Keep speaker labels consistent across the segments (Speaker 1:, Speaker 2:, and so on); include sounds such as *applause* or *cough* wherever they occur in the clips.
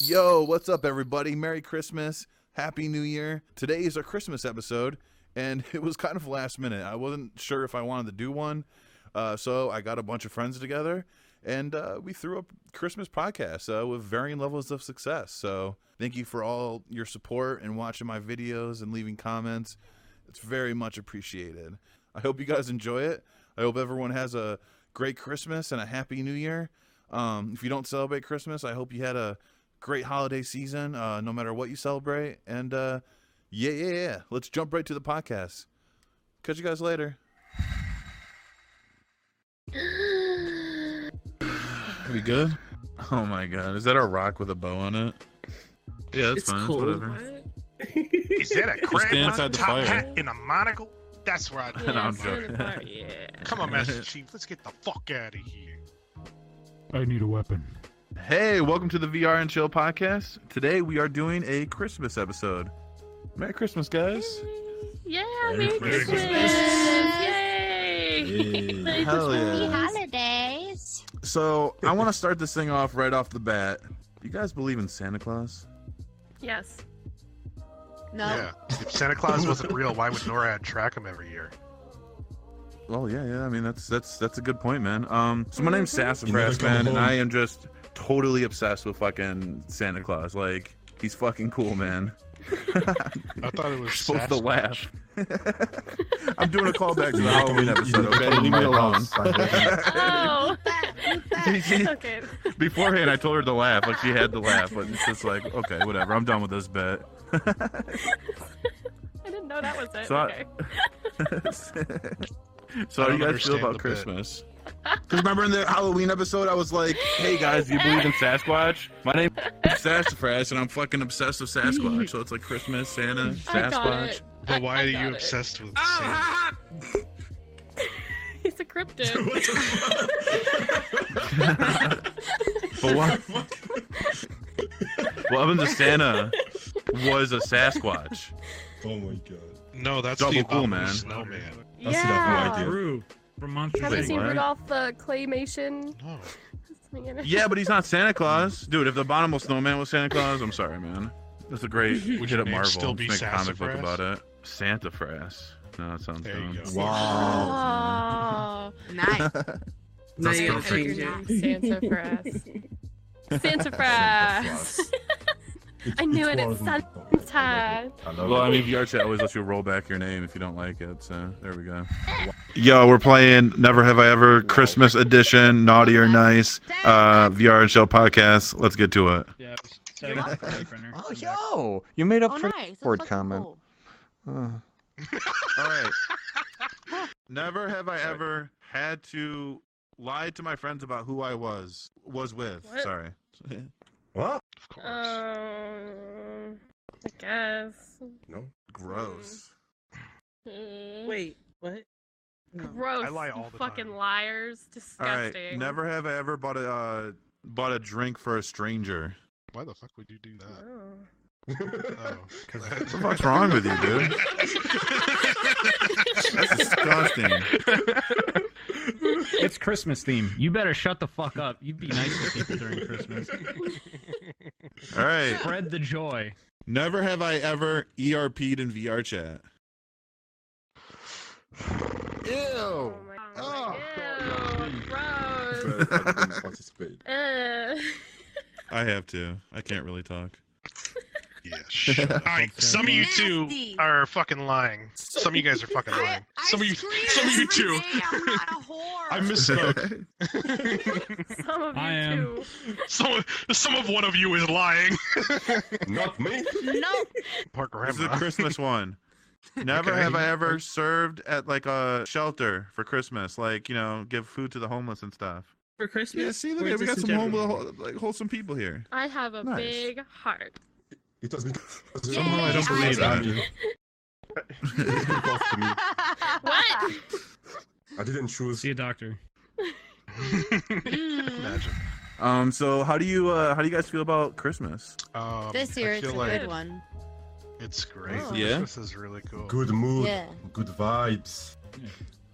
Speaker 1: Yo, what's up, everybody? Merry Christmas. Happy New Year. Today is our Christmas episode, and *laughs* it was kind of last minute. I wasn't sure if I wanted to do one, uh, so I got a bunch of friends together, and uh, we threw up Christmas podcast uh, with varying levels of success. So thank you for all your support and watching my videos and leaving comments. It's very much appreciated. I hope you guys enjoy it. I hope everyone has a great Christmas and a happy New Year. Um, if you don't celebrate Christmas, I hope you had a great holiday season, uh, no matter what you celebrate. And uh, yeah, yeah, yeah. Let's jump right to the podcast. Catch you guys later. we good? Oh my god, is that a rock with a bow on it? Yeah, that's
Speaker 2: It's cool.
Speaker 3: Is that a crab
Speaker 4: stand
Speaker 3: on
Speaker 4: inside the
Speaker 3: top
Speaker 4: fire.
Speaker 3: hat in a monocle? That's right.
Speaker 1: *laughs*
Speaker 2: Yeah,
Speaker 4: No, I'm
Speaker 2: it's kind
Speaker 4: joking.
Speaker 2: of fire, yeah.
Speaker 3: Come on, Master Chief. Let's get the fuck out of here.
Speaker 5: I need a weapon.
Speaker 1: Hey, welcome to the VR and Chill podcast. Today we are doing a Christmas episode. Merry Christmas, guys.
Speaker 2: Yeah, Merry
Speaker 4: Merry
Speaker 2: Christmas!
Speaker 4: Christmas.
Speaker 2: Yay! Merry
Speaker 1: Hell
Speaker 2: Christmas.
Speaker 1: yeah.
Speaker 6: holidays.
Speaker 1: So, I want to start this thing off right off the bat. You guys believe in Santa Claus?
Speaker 2: Yes.
Speaker 6: No.
Speaker 3: Yeah. If Santa Claus wasn't real, why would NORAD track him every year?
Speaker 1: Well, yeah, yeah. I mean, that's that's that's a good point, man. Um, so my name's
Speaker 2: Mhm.
Speaker 1: Sassafras,
Speaker 4: You never come
Speaker 1: man, and
Speaker 4: home.
Speaker 1: I am just totally obsessed with fucking Santa Claus. Like, he's fucking cool, man.
Speaker 3: I thought it was
Speaker 1: Supposed to
Speaker 3: Sasquatch.
Speaker 1: laugh. *laughs* I'm doing a callback to the
Speaker 4: You're not gonna-
Speaker 1: Halloween
Speaker 4: you're
Speaker 1: episode.
Speaker 4: not
Speaker 1: Okay, *laughs*
Speaker 4: gonna
Speaker 1: leave me alone.
Speaker 7: *laughs*
Speaker 2: Oh. *laughs* okay.
Speaker 1: Beforehand, I told her to laugh, like she had to laugh, but it's just like, okay, whatever. I'm done with this bet. *laughs*
Speaker 2: I didn't know that was it.
Speaker 1: So I-
Speaker 2: okay. *laughs*
Speaker 3: *laughs*
Speaker 1: so
Speaker 3: I
Speaker 1: how do you guys
Speaker 3: don't
Speaker 1: feel
Speaker 3: understand
Speaker 1: about
Speaker 3: the bit.
Speaker 1: Christmas? Because remember in the Halloween episode, I was like, "Hey guys, do you believe in Sasquatch? My name is Sassafras, and I'm fucking obsessed with Sasquatch. So it's like Christmas, Santa,
Speaker 2: I got
Speaker 1: Sasquatch.
Speaker 2: it.
Speaker 3: But why
Speaker 2: I
Speaker 3: are
Speaker 2: got
Speaker 3: you
Speaker 2: it.
Speaker 3: obsessed with
Speaker 1: Oh,
Speaker 3: Santa?
Speaker 4: Ah!
Speaker 2: He's a cryptid.
Speaker 4: What the
Speaker 1: But what?
Speaker 4: fuck?
Speaker 1: What happened to Santa? Was a Sasquatch.
Speaker 4: oh my god.
Speaker 3: No, that's
Speaker 1: Double
Speaker 3: the
Speaker 1: cool,
Speaker 3: abominable
Speaker 1: man.
Speaker 3: snowman.
Speaker 4: That's yeah.
Speaker 2: yeah.
Speaker 4: idea. True. From Monster
Speaker 2: Haven't
Speaker 1: Wait,
Speaker 2: seen
Speaker 1: what?
Speaker 2: Rudolph the claymation.
Speaker 3: No.
Speaker 1: Yeah, but he's not Santa Claus, dude. If the Abominable Snowman was Santa Claus, I'm sorry, man. That's a
Speaker 3: *laughs*
Speaker 1: great. We
Speaker 3: Would
Speaker 1: should
Speaker 3: your
Speaker 1: at
Speaker 3: name
Speaker 1: Marvel.
Speaker 3: still be
Speaker 1: Let's make a comic book
Speaker 3: Sassafras?
Speaker 1: about it. Santa Frass. No, that sounds
Speaker 3: There
Speaker 1: dumb.
Speaker 3: you go.
Speaker 4: Wow.
Speaker 2: *laughs*
Speaker 6: *laughs*
Speaker 2: Oh.
Speaker 6: Nice.
Speaker 8: Now
Speaker 1: That's
Speaker 8: you gotta
Speaker 1: perfect.
Speaker 8: change it.
Speaker 2: Santa Frass. Santa Frass. *laughs* I knew it, it's Santa.
Speaker 1: Well, I mean, VRChat always lets you roll back your name if you don't like it. So there we go. *laughs* Yo, we're playing Never Have I Ever Christmas Edition, Naughty or Nice, uh, VR and Shell podcast. Let's get to it.
Speaker 9: Yeah, it was
Speaker 6: You're
Speaker 9: tagged
Speaker 6: welcome.
Speaker 9: printer.
Speaker 8: Oh,
Speaker 9: I'm back.
Speaker 8: yo! You made up
Speaker 6: Oh,
Speaker 8: for
Speaker 6: nice.
Speaker 8: word
Speaker 6: Word
Speaker 8: comment. Uh,
Speaker 1: All right.
Speaker 2: *laughs*
Speaker 1: Never have I ever had to lie to my friends about who I was was with.
Speaker 2: What?
Speaker 1: Sorry.
Speaker 4: What?
Speaker 3: Of course.
Speaker 2: Um, I guess.
Speaker 1: Gross.
Speaker 2: Mm.
Speaker 7: Mm-hmm.
Speaker 8: wait, what? No.
Speaker 2: Gross.
Speaker 3: I lie
Speaker 2: you
Speaker 3: all the
Speaker 2: fucking
Speaker 3: time.
Speaker 2: liars.
Speaker 1: All right.
Speaker 2: Mm, Disgusting.
Speaker 1: Never have I ever bought a uh, bought a drink for a stranger.
Speaker 3: Why the fuck would you do that?
Speaker 2: Oh.
Speaker 3: Oh. *laughs*
Speaker 1: What the fuck's wrong with you, dude? *laughs* That's disgusting.
Speaker 9: It's Christmas theme. You better shut the fuck up. You'd be nice to people during Christmas.
Speaker 1: All right.
Speaker 9: Spread the joy.
Speaker 1: Never have I ever ERP'd in VR chat.
Speaker 2: Oh my god. Ew, gross. Uh,
Speaker 7: *laughs*
Speaker 1: I have to. I can't really *laughs* talk.
Speaker 3: Yeah, shut up. All right, some of you two
Speaker 6: Nasty.
Speaker 3: are fucking lying. Some of you guys are fucking lying. Some of you, some of you two.
Speaker 6: I'm
Speaker 3: *laughs*
Speaker 6: not a whore. *laughs*
Speaker 3: I *laughs* misspoke.
Speaker 2: some of you
Speaker 9: I am.
Speaker 2: too.
Speaker 3: some, some of one of you is lying. *laughs*
Speaker 4: Not me.
Speaker 6: no.
Speaker 3: Poor
Speaker 1: This is a *laughs*
Speaker 3: grandma.
Speaker 1: Christmas one. Never
Speaker 3: Okay.
Speaker 1: have I ever served at like a shelter for Christmas, like you know, give food to the homeless and stuff.
Speaker 8: For Christmas?
Speaker 1: look, we got some home, like wholesome people here.
Speaker 2: I have a
Speaker 1: Nice.
Speaker 2: big heart. *laughs*
Speaker 4: It doesn't. "Oh,
Speaker 1: Somehow I don't believe
Speaker 6: I-
Speaker 1: that.
Speaker 2: What?
Speaker 4: I didn't choose.
Speaker 9: See a doctor.
Speaker 6: Mm.
Speaker 3: Imagine.
Speaker 1: Um, so how do you uh, how do you guys feel about Christmas?
Speaker 3: Um,
Speaker 6: This
Speaker 3: I
Speaker 6: year it's
Speaker 3: feel
Speaker 6: a
Speaker 3: like
Speaker 6: good one.
Speaker 3: It's great.
Speaker 6: Oh.
Speaker 1: Yeah?
Speaker 3: This is really cool.
Speaker 4: Good mood.
Speaker 6: Yeah.
Speaker 4: Good vibes.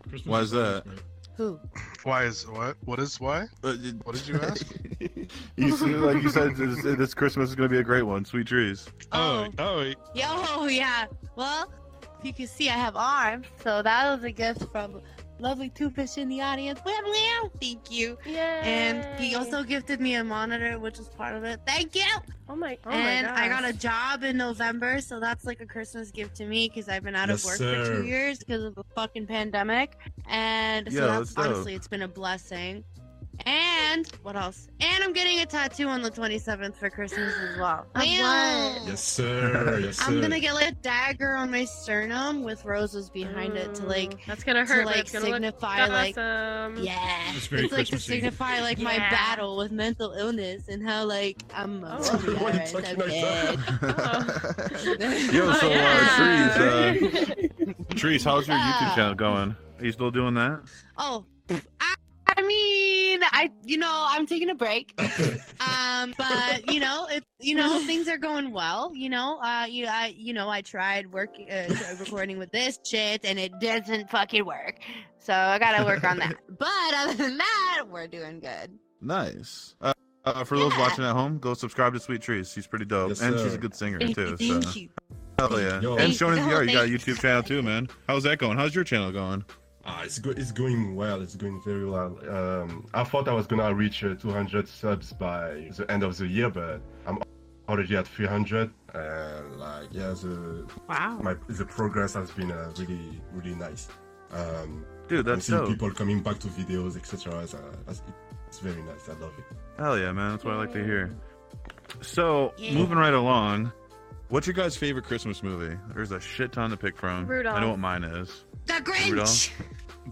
Speaker 9: Christmas
Speaker 1: Why is
Speaker 9: always
Speaker 1: that?
Speaker 9: great.
Speaker 2: Who?
Speaker 3: Why is what? What is why?
Speaker 1: Uh, it-
Speaker 3: What did you ask?
Speaker 1: *laughs* you see, like you said, this, this Christmas is gonna be a great one. Sweet trees.
Speaker 2: Oh.
Speaker 3: oh,
Speaker 2: Yo, yeah. Well, you can see I have arms, so that was a gift from lovely two fish in the audience. Wham, wham. Thank you.
Speaker 7: Yeah.
Speaker 2: And he also gifted me a monitor, which is part of it. Thank you.
Speaker 7: Oh my. Oh
Speaker 2: and
Speaker 7: my
Speaker 2: I got a
Speaker 7: gosh.
Speaker 2: job in November, so that's like a Christmas gift to me because I've been out
Speaker 4: Yes,
Speaker 2: of work for
Speaker 4: sir.
Speaker 2: two years because of the fucking pandemic. And
Speaker 1: Yeah,
Speaker 2: so that's
Speaker 1: that's dope.
Speaker 2: honestly, it's been a blessing. And what else? And I'm getting a tattoo on the 27th for Christmas as well.
Speaker 7: Of
Speaker 2: Meow.
Speaker 7: what?
Speaker 4: Yes, sir. Yes, sir.
Speaker 2: I'm gonna get like a dagger on my sternum with roses behind it to like
Speaker 7: Mm, That's gonna
Speaker 2: to,
Speaker 7: hurt. but
Speaker 2: like,
Speaker 7: it's gonna look
Speaker 2: signify, like-
Speaker 7: awesome. *laughs*
Speaker 2: yeah.
Speaker 9: It's very
Speaker 2: It's like to
Speaker 9: Christmassy.
Speaker 2: signify like my
Speaker 7: Yeah.
Speaker 2: battle with mental illness and how like I'm
Speaker 7: Oh.
Speaker 2: a
Speaker 4: *laughs* Why you
Speaker 2: warrior,
Speaker 4: talking
Speaker 2: I'm
Speaker 4: like
Speaker 2: dead. *laughs*
Speaker 1: Yo, so uh,
Speaker 7: yeah.
Speaker 1: trees, uh, trees. How's your YouTube
Speaker 2: Yeah.
Speaker 1: channel going? Are you still doing that?
Speaker 2: Oh, I, I mean, I you know I'm taking a break,
Speaker 4: *laughs*
Speaker 2: um, but you know it you know things are going well. You know, uh, you I you know I tried work uh, recording with this shit and it doesn't fucking work, so I gotta work
Speaker 1: *laughs*
Speaker 2: on that. But other than that, we're doing good.
Speaker 1: Nice. Uh, uh, for those
Speaker 2: Yeah.
Speaker 1: watching at home, go subscribe to Sweet Trees. She's pretty dope,
Speaker 4: Yes,
Speaker 1: and
Speaker 4: sir.
Speaker 1: she's a good singer
Speaker 7: Thank
Speaker 1: too.
Speaker 2: Thank
Speaker 1: so.
Speaker 2: you.
Speaker 1: Hell yeah!
Speaker 4: Yo.
Speaker 1: And
Speaker 2: Thank-
Speaker 1: Shonen
Speaker 2: oh,
Speaker 1: VR, you got a
Speaker 2: thank-
Speaker 1: YouTube channel too, man. How's that going? How's your channel going?
Speaker 4: Ah, it's go- it's going well. It's going very well. Um, I thought I was gonna reach uh, 200 subs by the end of the year, but I'm already at 300. Uh, like yeah, the
Speaker 2: Wow.
Speaker 4: my the progress has been uh, really really nice. Um,
Speaker 1: Dude,
Speaker 4: and
Speaker 1: that's
Speaker 4: seeing
Speaker 1: dope.
Speaker 4: people coming back to videos, etc. is, uh, is- It's very nice. I love it.
Speaker 1: Hell yeah, man. That's what I like to hear. So,
Speaker 2: Yeah.
Speaker 1: moving right along, what's your guys' favorite Christmas movie? There's a shit ton to pick from. I know
Speaker 7: Rudolph.
Speaker 1: what mine is.
Speaker 2: The Grinch.
Speaker 1: Rudolph?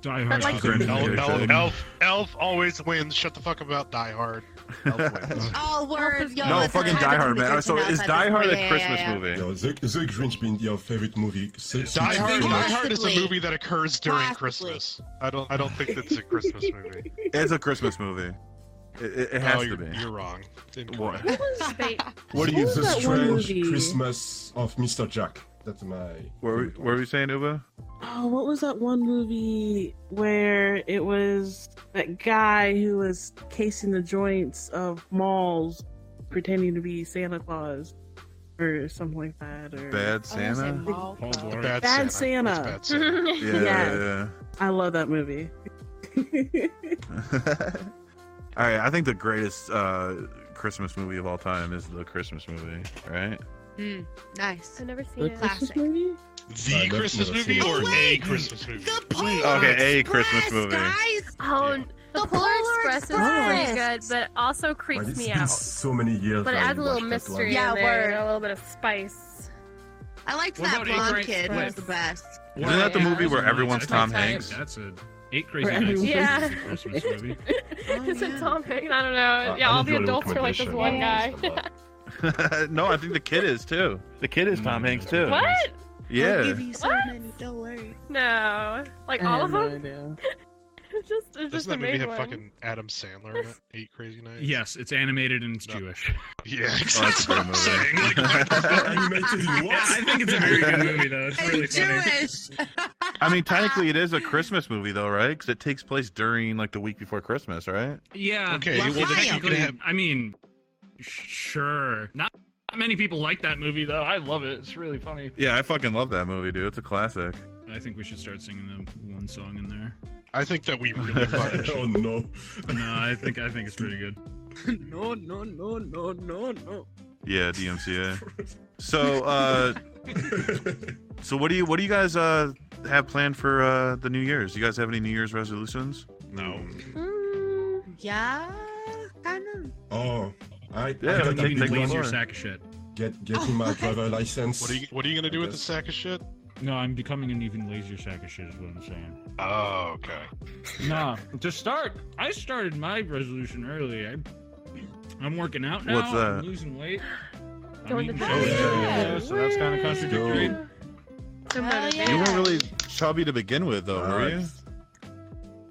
Speaker 10: Die Hard.
Speaker 7: like-
Speaker 10: is
Speaker 1: Grinch.
Speaker 10: amazing.
Speaker 1: Elf-
Speaker 3: elf,
Speaker 1: Elf-
Speaker 3: elf,
Speaker 1: Elf-
Speaker 3: elf, always wins. Shut the fuck up about Die Hard.
Speaker 1: *laughs*
Speaker 3: Elf wins.
Speaker 2: *laughs* Oh, word.
Speaker 7: is-
Speaker 2: Yo,
Speaker 1: no,
Speaker 2: listen,
Speaker 1: fucking
Speaker 2: I
Speaker 1: Die
Speaker 2: haven't
Speaker 1: Hard,
Speaker 2: seen the
Speaker 1: man. Oh, So,
Speaker 2: Grinch in
Speaker 1: is
Speaker 2: outside
Speaker 1: Die
Speaker 2: this-
Speaker 1: Hard
Speaker 2: yeah,
Speaker 1: a
Speaker 2: yeah,
Speaker 1: Christmas
Speaker 2: yeah.
Speaker 1: movie?
Speaker 4: Yo, the, the Grinch being your favorite movie. since-
Speaker 3: Die
Speaker 4: since
Speaker 3: Hard, Die
Speaker 4: the-
Speaker 3: Hard is a
Speaker 2: Possibly.
Speaker 3: movie that occurs during
Speaker 2: Possibly.
Speaker 3: Christmas. I don't, I don't think it's a Christmas movie.
Speaker 1: It's a Christmas movie. It, it, it has
Speaker 3: oh,
Speaker 1: to
Speaker 3: you're,
Speaker 1: be.
Speaker 3: you're wrong. It's
Speaker 1: What?
Speaker 3: incorrect.
Speaker 7: That
Speaker 2: *laughs*
Speaker 7: one's fake.
Speaker 1: What do
Speaker 4: The
Speaker 1: you?
Speaker 8: What was that one
Speaker 4: Strange
Speaker 8: movie?
Speaker 4: Christmas of Mr. Jack. That's my.
Speaker 1: What were, what were you saying, Uba?
Speaker 8: Oh, what was that one movie where it was that guy who was casing the joints of malls, pretending to be Santa Claus, or something like that? Or
Speaker 1: Bad
Speaker 2: I wanna say
Speaker 1: Santa.
Speaker 2: Mall
Speaker 10: Hold
Speaker 2: Cop.
Speaker 10: on.
Speaker 3: Bad,
Speaker 8: Bad
Speaker 3: Santa. It's
Speaker 8: Santa.
Speaker 7: *laughs*
Speaker 3: Bad
Speaker 2: *laughs*
Speaker 3: Santa.
Speaker 1: Yeah,
Speaker 8: Yes.
Speaker 1: yeah.
Speaker 8: I love that movie. *laughs*
Speaker 1: *laughs* all right, I think the greatest uh, Christmas movie of all time is the Christmas movie, right?
Speaker 2: Mm, nice.
Speaker 7: I've never
Speaker 8: the
Speaker 7: seen it.
Speaker 8: Christmas
Speaker 2: Classic.
Speaker 8: movie?
Speaker 3: The
Speaker 4: I've never
Speaker 3: Christmas
Speaker 4: seen
Speaker 3: movie
Speaker 4: it.
Speaker 3: or
Speaker 2: Oh,
Speaker 3: a
Speaker 2: wait.
Speaker 3: Christmas movie?
Speaker 2: The Polar
Speaker 1: Okay, a
Speaker 2: Express,
Speaker 1: Christmas movie.
Speaker 2: Guys,
Speaker 7: Oh,
Speaker 3: Yeah.
Speaker 7: the,
Speaker 2: The
Speaker 7: Polar
Speaker 2: Polar
Speaker 7: Express is pretty good,
Speaker 2: Express.
Speaker 7: but also
Speaker 4: Well,
Speaker 7: creeps
Speaker 4: it's
Speaker 7: me
Speaker 4: been
Speaker 7: out.
Speaker 4: so many years.
Speaker 7: But it
Speaker 4: I
Speaker 7: adds a little
Speaker 4: watched that one.
Speaker 7: mystery
Speaker 2: Yeah,
Speaker 7: in there, and
Speaker 2: word. Oh,
Speaker 7: a little bit of spice.
Speaker 2: I liked
Speaker 9: What
Speaker 2: that
Speaker 9: about Eight
Speaker 2: blonde
Speaker 9: Great
Speaker 2: kid. He was
Speaker 9: Cliffs?
Speaker 2: the best.
Speaker 1: Isn't that the
Speaker 7: Yeah.
Speaker 1: movie where everyone's
Speaker 7: That's
Speaker 1: Tom
Speaker 7: my type.
Speaker 1: Hanks?
Speaker 9: That's a eight crazy
Speaker 8: For
Speaker 9: nights.
Speaker 7: everyone.
Speaker 9: is a Christmas movie.
Speaker 7: *laughs* Is it
Speaker 2: yeah.
Speaker 7: Tom Hanks? I don't know.
Speaker 4: Uh,
Speaker 7: yeah,
Speaker 4: I
Speaker 7: all
Speaker 4: love
Speaker 7: the
Speaker 4: your
Speaker 7: adults are like this
Speaker 4: recommendation.
Speaker 7: one
Speaker 4: I
Speaker 7: guy.
Speaker 4: love this a
Speaker 1: *laughs*
Speaker 4: lot. *laughs*
Speaker 1: no, I think the kid is too. The kid is Tom Hanks too.
Speaker 7: What?
Speaker 2: I'll
Speaker 1: Yeah.
Speaker 2: give you so
Speaker 7: What?
Speaker 2: many. Don't worry.
Speaker 7: No, like all of them. *laughs* It's just, it's just
Speaker 3: Doesn't
Speaker 7: a
Speaker 3: that movie
Speaker 7: made
Speaker 3: have
Speaker 7: one.
Speaker 3: fucking Adam Sandler in it? Eight Crazy Nights?
Speaker 9: Yes, it's animated and it's
Speaker 3: No.
Speaker 1: *laughs*
Speaker 9: Jewish.
Speaker 3: *laughs* Yeah,
Speaker 1: Oh, that's a
Speaker 3: Oh, that's
Speaker 1: great
Speaker 2: *laughs*
Speaker 3: what I'm
Speaker 1: movie. *laughs*
Speaker 3: *laughs* saying. Like,
Speaker 4: Animated
Speaker 7: *laughs*
Speaker 4: in what?
Speaker 9: Yeah, I think it's a very good movie though. It's really
Speaker 2: It's
Speaker 9: funny.
Speaker 2: Jewish.
Speaker 1: I mean, technically, it is a Christmas movie though, right? Because it takes place during like the week before Christmas, right?
Speaker 9: Yeah.
Speaker 3: Okay,
Speaker 2: well, then you
Speaker 9: technically,
Speaker 3: could have-
Speaker 9: I mean, sure. Not, not many people like that movie though. I love it. It's really funny.
Speaker 1: Yeah, I fucking love that movie, dude. It's a classic.
Speaker 9: I think we should start singing the one song in there.
Speaker 3: I think that we *laughs* really fucking
Speaker 4: *laughs* oh no.
Speaker 9: No, I think I think it's pretty good.
Speaker 8: *laughs* No, no, no, no, no, no.
Speaker 1: Yeah, DMCA.
Speaker 2: *laughs*
Speaker 1: So, uh, so what do you what do you guys uh have planned for uh the New Year's? You guys have any New Year's resolutions?
Speaker 3: No.
Speaker 7: Mm,
Speaker 2: yeah, kind of.
Speaker 4: Oh, I,
Speaker 1: Yeah,
Speaker 4: I gotta
Speaker 1: like,
Speaker 9: You
Speaker 1: take-
Speaker 9: need
Speaker 4: be
Speaker 9: to
Speaker 1: take
Speaker 4: one
Speaker 9: lose
Speaker 1: one
Speaker 9: your
Speaker 1: more.
Speaker 9: sack of shit.
Speaker 4: Get
Speaker 7: *laughs*
Speaker 4: getting my driver license.
Speaker 3: What are
Speaker 4: *laughs*
Speaker 3: you What are you gonna do
Speaker 4: I
Speaker 3: with the
Speaker 4: guess.
Speaker 3: sack of shit?
Speaker 9: No, I'm becoming an even lazier sack of shit. Is what I'm saying.
Speaker 3: Oh, okay.
Speaker 9: No, to start, I started my resolution early. I, I'm working out now.
Speaker 1: What's that?
Speaker 9: I'm losing weight. I'm
Speaker 7: going to
Speaker 9: eating
Speaker 7: the
Speaker 9: healthy.
Speaker 1: yeah,
Speaker 9: so that's kind of contradictory.
Speaker 4: Yo.
Speaker 7: So
Speaker 2: Hell
Speaker 7: motivated.
Speaker 1: You
Speaker 2: yeah.
Speaker 1: weren't really chubby to begin with, though, were *laughs* you?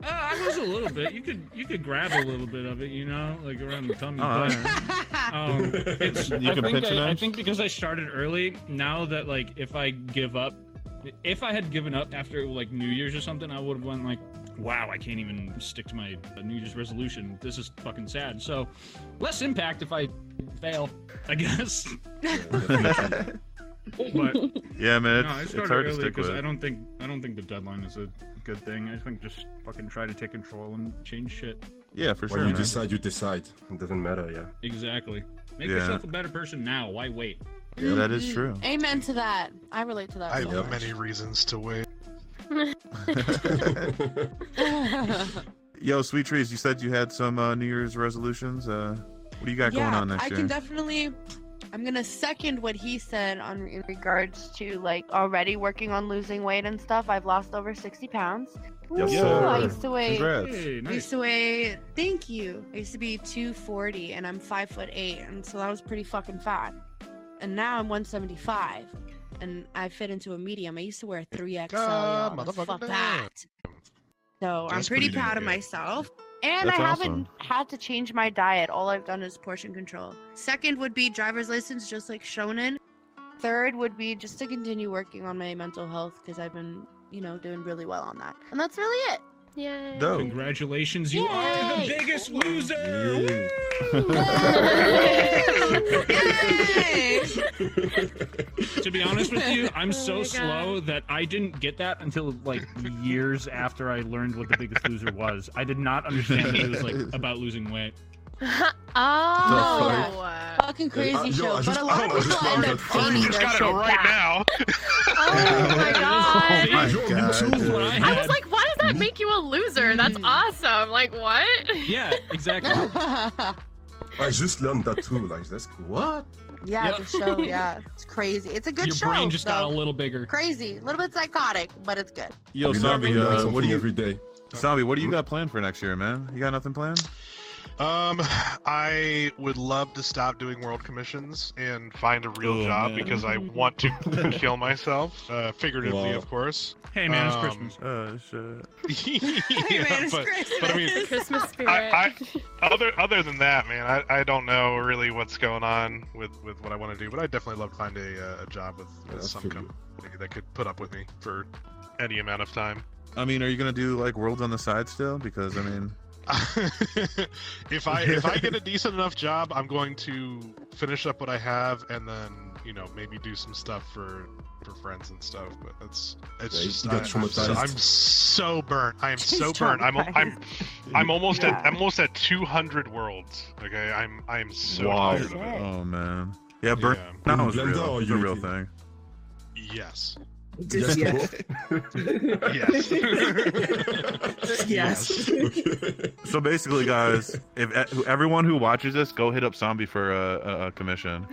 Speaker 9: Uh, I was a little bit. You could you could grab a little bit of it, you know, like around the tummy.
Speaker 1: Oh, *laughs*
Speaker 9: but, um, it's,
Speaker 1: You
Speaker 9: I
Speaker 1: can
Speaker 9: think
Speaker 1: pinch it
Speaker 9: I, I
Speaker 1: in?
Speaker 9: think because I started early. Now that like if I give up, if I had given up after like New Year's or something, I would have went like wow, I can't even stick to my New Year's resolution. This is fucking sad. So, less impact if I fail, I
Speaker 1: *laughs*
Speaker 9: guess. but
Speaker 1: Yeah, man,
Speaker 9: no, I
Speaker 1: it's,
Speaker 9: started
Speaker 1: it's hard to
Speaker 9: early
Speaker 1: stick with.
Speaker 9: because I don't think I don't think the deadline is a good thing. I think just fucking try to take control and change shit.
Speaker 1: Yeah, for
Speaker 4: When
Speaker 1: sure.
Speaker 4: you
Speaker 1: man.
Speaker 4: decide, you decide. It doesn't matter, yeah. *laughs*
Speaker 9: Exactly. Make
Speaker 1: Yeah.
Speaker 9: yourself a better person now. Why wait?
Speaker 1: Yeah, that is
Speaker 6: Mm-mm.
Speaker 1: true.
Speaker 2: *laughs* Amen to that. *laughs* I relate to that.
Speaker 3: I
Speaker 2: so
Speaker 3: have
Speaker 4: Yep.
Speaker 3: many reasons to wait.
Speaker 2: much.
Speaker 1: Yo, sweet trees, you said you had some uh, New Year's resolutions. Uh, what do you got going on next
Speaker 6: I
Speaker 1: year?
Speaker 6: can definitely.
Speaker 2: I'm gonna second what he said on in regards to like already working on losing weight and stuff. I've lost over 60 pounds.
Speaker 4: Yes,
Speaker 2: Ooh,
Speaker 4: sir.
Speaker 2: I used to weigh.
Speaker 1: Congrats.
Speaker 9: Hey,
Speaker 6: I used
Speaker 9: nice.
Speaker 6: to weigh. Thank you. I used to be 240, and I'm five foot eight, and so that was pretty fucking fat. And now I'm 175, and I fit into a medium. I used to wear a 3XL.
Speaker 3: God,
Speaker 6: y'all, and
Speaker 3: motherfucking
Speaker 6: Fuck
Speaker 3: damn.
Speaker 6: that. So I'm
Speaker 3: That's
Speaker 6: pretty,
Speaker 3: pretty
Speaker 6: proud of
Speaker 3: damn good.
Speaker 6: myself. And
Speaker 1: That's
Speaker 6: I
Speaker 1: awesome.
Speaker 6: haven't had to change my diet. All I've done is portion control. Second would be driver's license, just like Shonen.
Speaker 2: Third would be just to continue working on my mental health because I've been, you know, doing really well on that. And that's really it.
Speaker 7: Yeah.
Speaker 1: Dope.
Speaker 2: *laughs*
Speaker 9: Congratulations, you are the
Speaker 2: Yay.
Speaker 9: biggest loser.
Speaker 4: Yeah.
Speaker 6: Yay!
Speaker 9: to be honest with you,
Speaker 7: *laughs*
Speaker 9: I'm
Speaker 7: Oh
Speaker 9: so
Speaker 7: my God.
Speaker 9: slow that I didn't get that until like years after I learned what the biggest loser was. I did not understand that it was like
Speaker 7: *laughs*
Speaker 9: about losing weight.
Speaker 7: oh.
Speaker 2: yeah. Fucking crazy
Speaker 4: yo,
Speaker 2: show.
Speaker 4: I just-
Speaker 2: but a lot
Speaker 4: I
Speaker 2: of
Speaker 4: just
Speaker 2: people end
Speaker 4: learned
Speaker 2: up
Speaker 4: that Fun
Speaker 2: feeding
Speaker 3: You
Speaker 4: Fun
Speaker 2: their
Speaker 3: just
Speaker 2: shit
Speaker 3: got it right
Speaker 2: back.
Speaker 3: now. *laughs*
Speaker 7: *laughs* Oh my god.
Speaker 9: my
Speaker 4: Yo, me
Speaker 1: God,
Speaker 4: too,
Speaker 1: dude.
Speaker 4: bro.
Speaker 7: I was like, why does that make you a loser? That's
Speaker 2: Mm.
Speaker 7: awesome. Like, what? *laughs*
Speaker 9: yeah, exactly.
Speaker 4: I just learned that too. Like, that's cool. What?
Speaker 2: *laughs* yeah,
Speaker 9: Yep.
Speaker 2: the show. Yeah, it's crazy. It's a good
Speaker 9: Your
Speaker 2: show.
Speaker 9: brain just got a
Speaker 2: though.
Speaker 9: little bigger.
Speaker 2: crazy, a little bit psychotic, but it's good.
Speaker 1: Yo,
Speaker 4: we learn, we
Speaker 1: zombie,
Speaker 4: learn
Speaker 1: uh,
Speaker 4: something
Speaker 1: what do you
Speaker 4: every day.
Speaker 1: zombie? What do you got planned for next year, man? You got nothing planned?
Speaker 3: Um, I would love to stop doing world commissions and find a real
Speaker 9: Oh,
Speaker 3: job
Speaker 9: man.
Speaker 3: because I want to kill myself, uh, figuratively,
Speaker 4: Wow.
Speaker 3: of course. *laughs*
Speaker 9: Hey man, it's
Speaker 3: Um,
Speaker 9: Christmas.
Speaker 1: Oh shit.
Speaker 3: *laughs*
Speaker 2: *laughs*
Speaker 3: Yeah,
Speaker 6: man, it's
Speaker 3: but
Speaker 6: Christmas.
Speaker 3: but I mean,
Speaker 7: The *laughs* Christmas spirit.
Speaker 3: I- other other than that, man, I, I don't know really what's going on with, with what I want to do, but I definitely love to find a, uh, a job with,
Speaker 4: Yeah,
Speaker 3: with
Speaker 4: that's
Speaker 3: some
Speaker 4: pretty
Speaker 3: company that could put up with me for any amount of time.
Speaker 1: I mean, are you gonna do like worlds on the side still? Because I mean,
Speaker 3: *laughs* if I if I get a decent enough job, I'm going to finish up what I have and then you know maybe do some stuff for for friends and stuff. But that's it's
Speaker 4: Yeah, you
Speaker 3: just
Speaker 4: got
Speaker 3: I, am so,
Speaker 4: traumatized.
Speaker 3: I'm so burnt. I am
Speaker 2: She's
Speaker 3: so burnt. I'm I'm I'm almost at
Speaker 2: Yeah.
Speaker 3: I'm almost at 200 worlds. Okay, I'm I'm so
Speaker 4: Wow.
Speaker 3: tired of it.
Speaker 1: oh man, yeah, burnout is
Speaker 4: Blender
Speaker 1: real.
Speaker 4: or
Speaker 1: It's a real
Speaker 4: Unity?
Speaker 1: thing.
Speaker 3: Yeah. Yes.
Speaker 1: *laughs*
Speaker 8: Just
Speaker 7: *laughs*
Speaker 8: yes.
Speaker 3: Yes.
Speaker 4: *laughs*
Speaker 8: Just yes.
Speaker 4: Okay.
Speaker 1: So basically, guys, if e- everyone who watches this, go hit up zombie for a, a, a commission.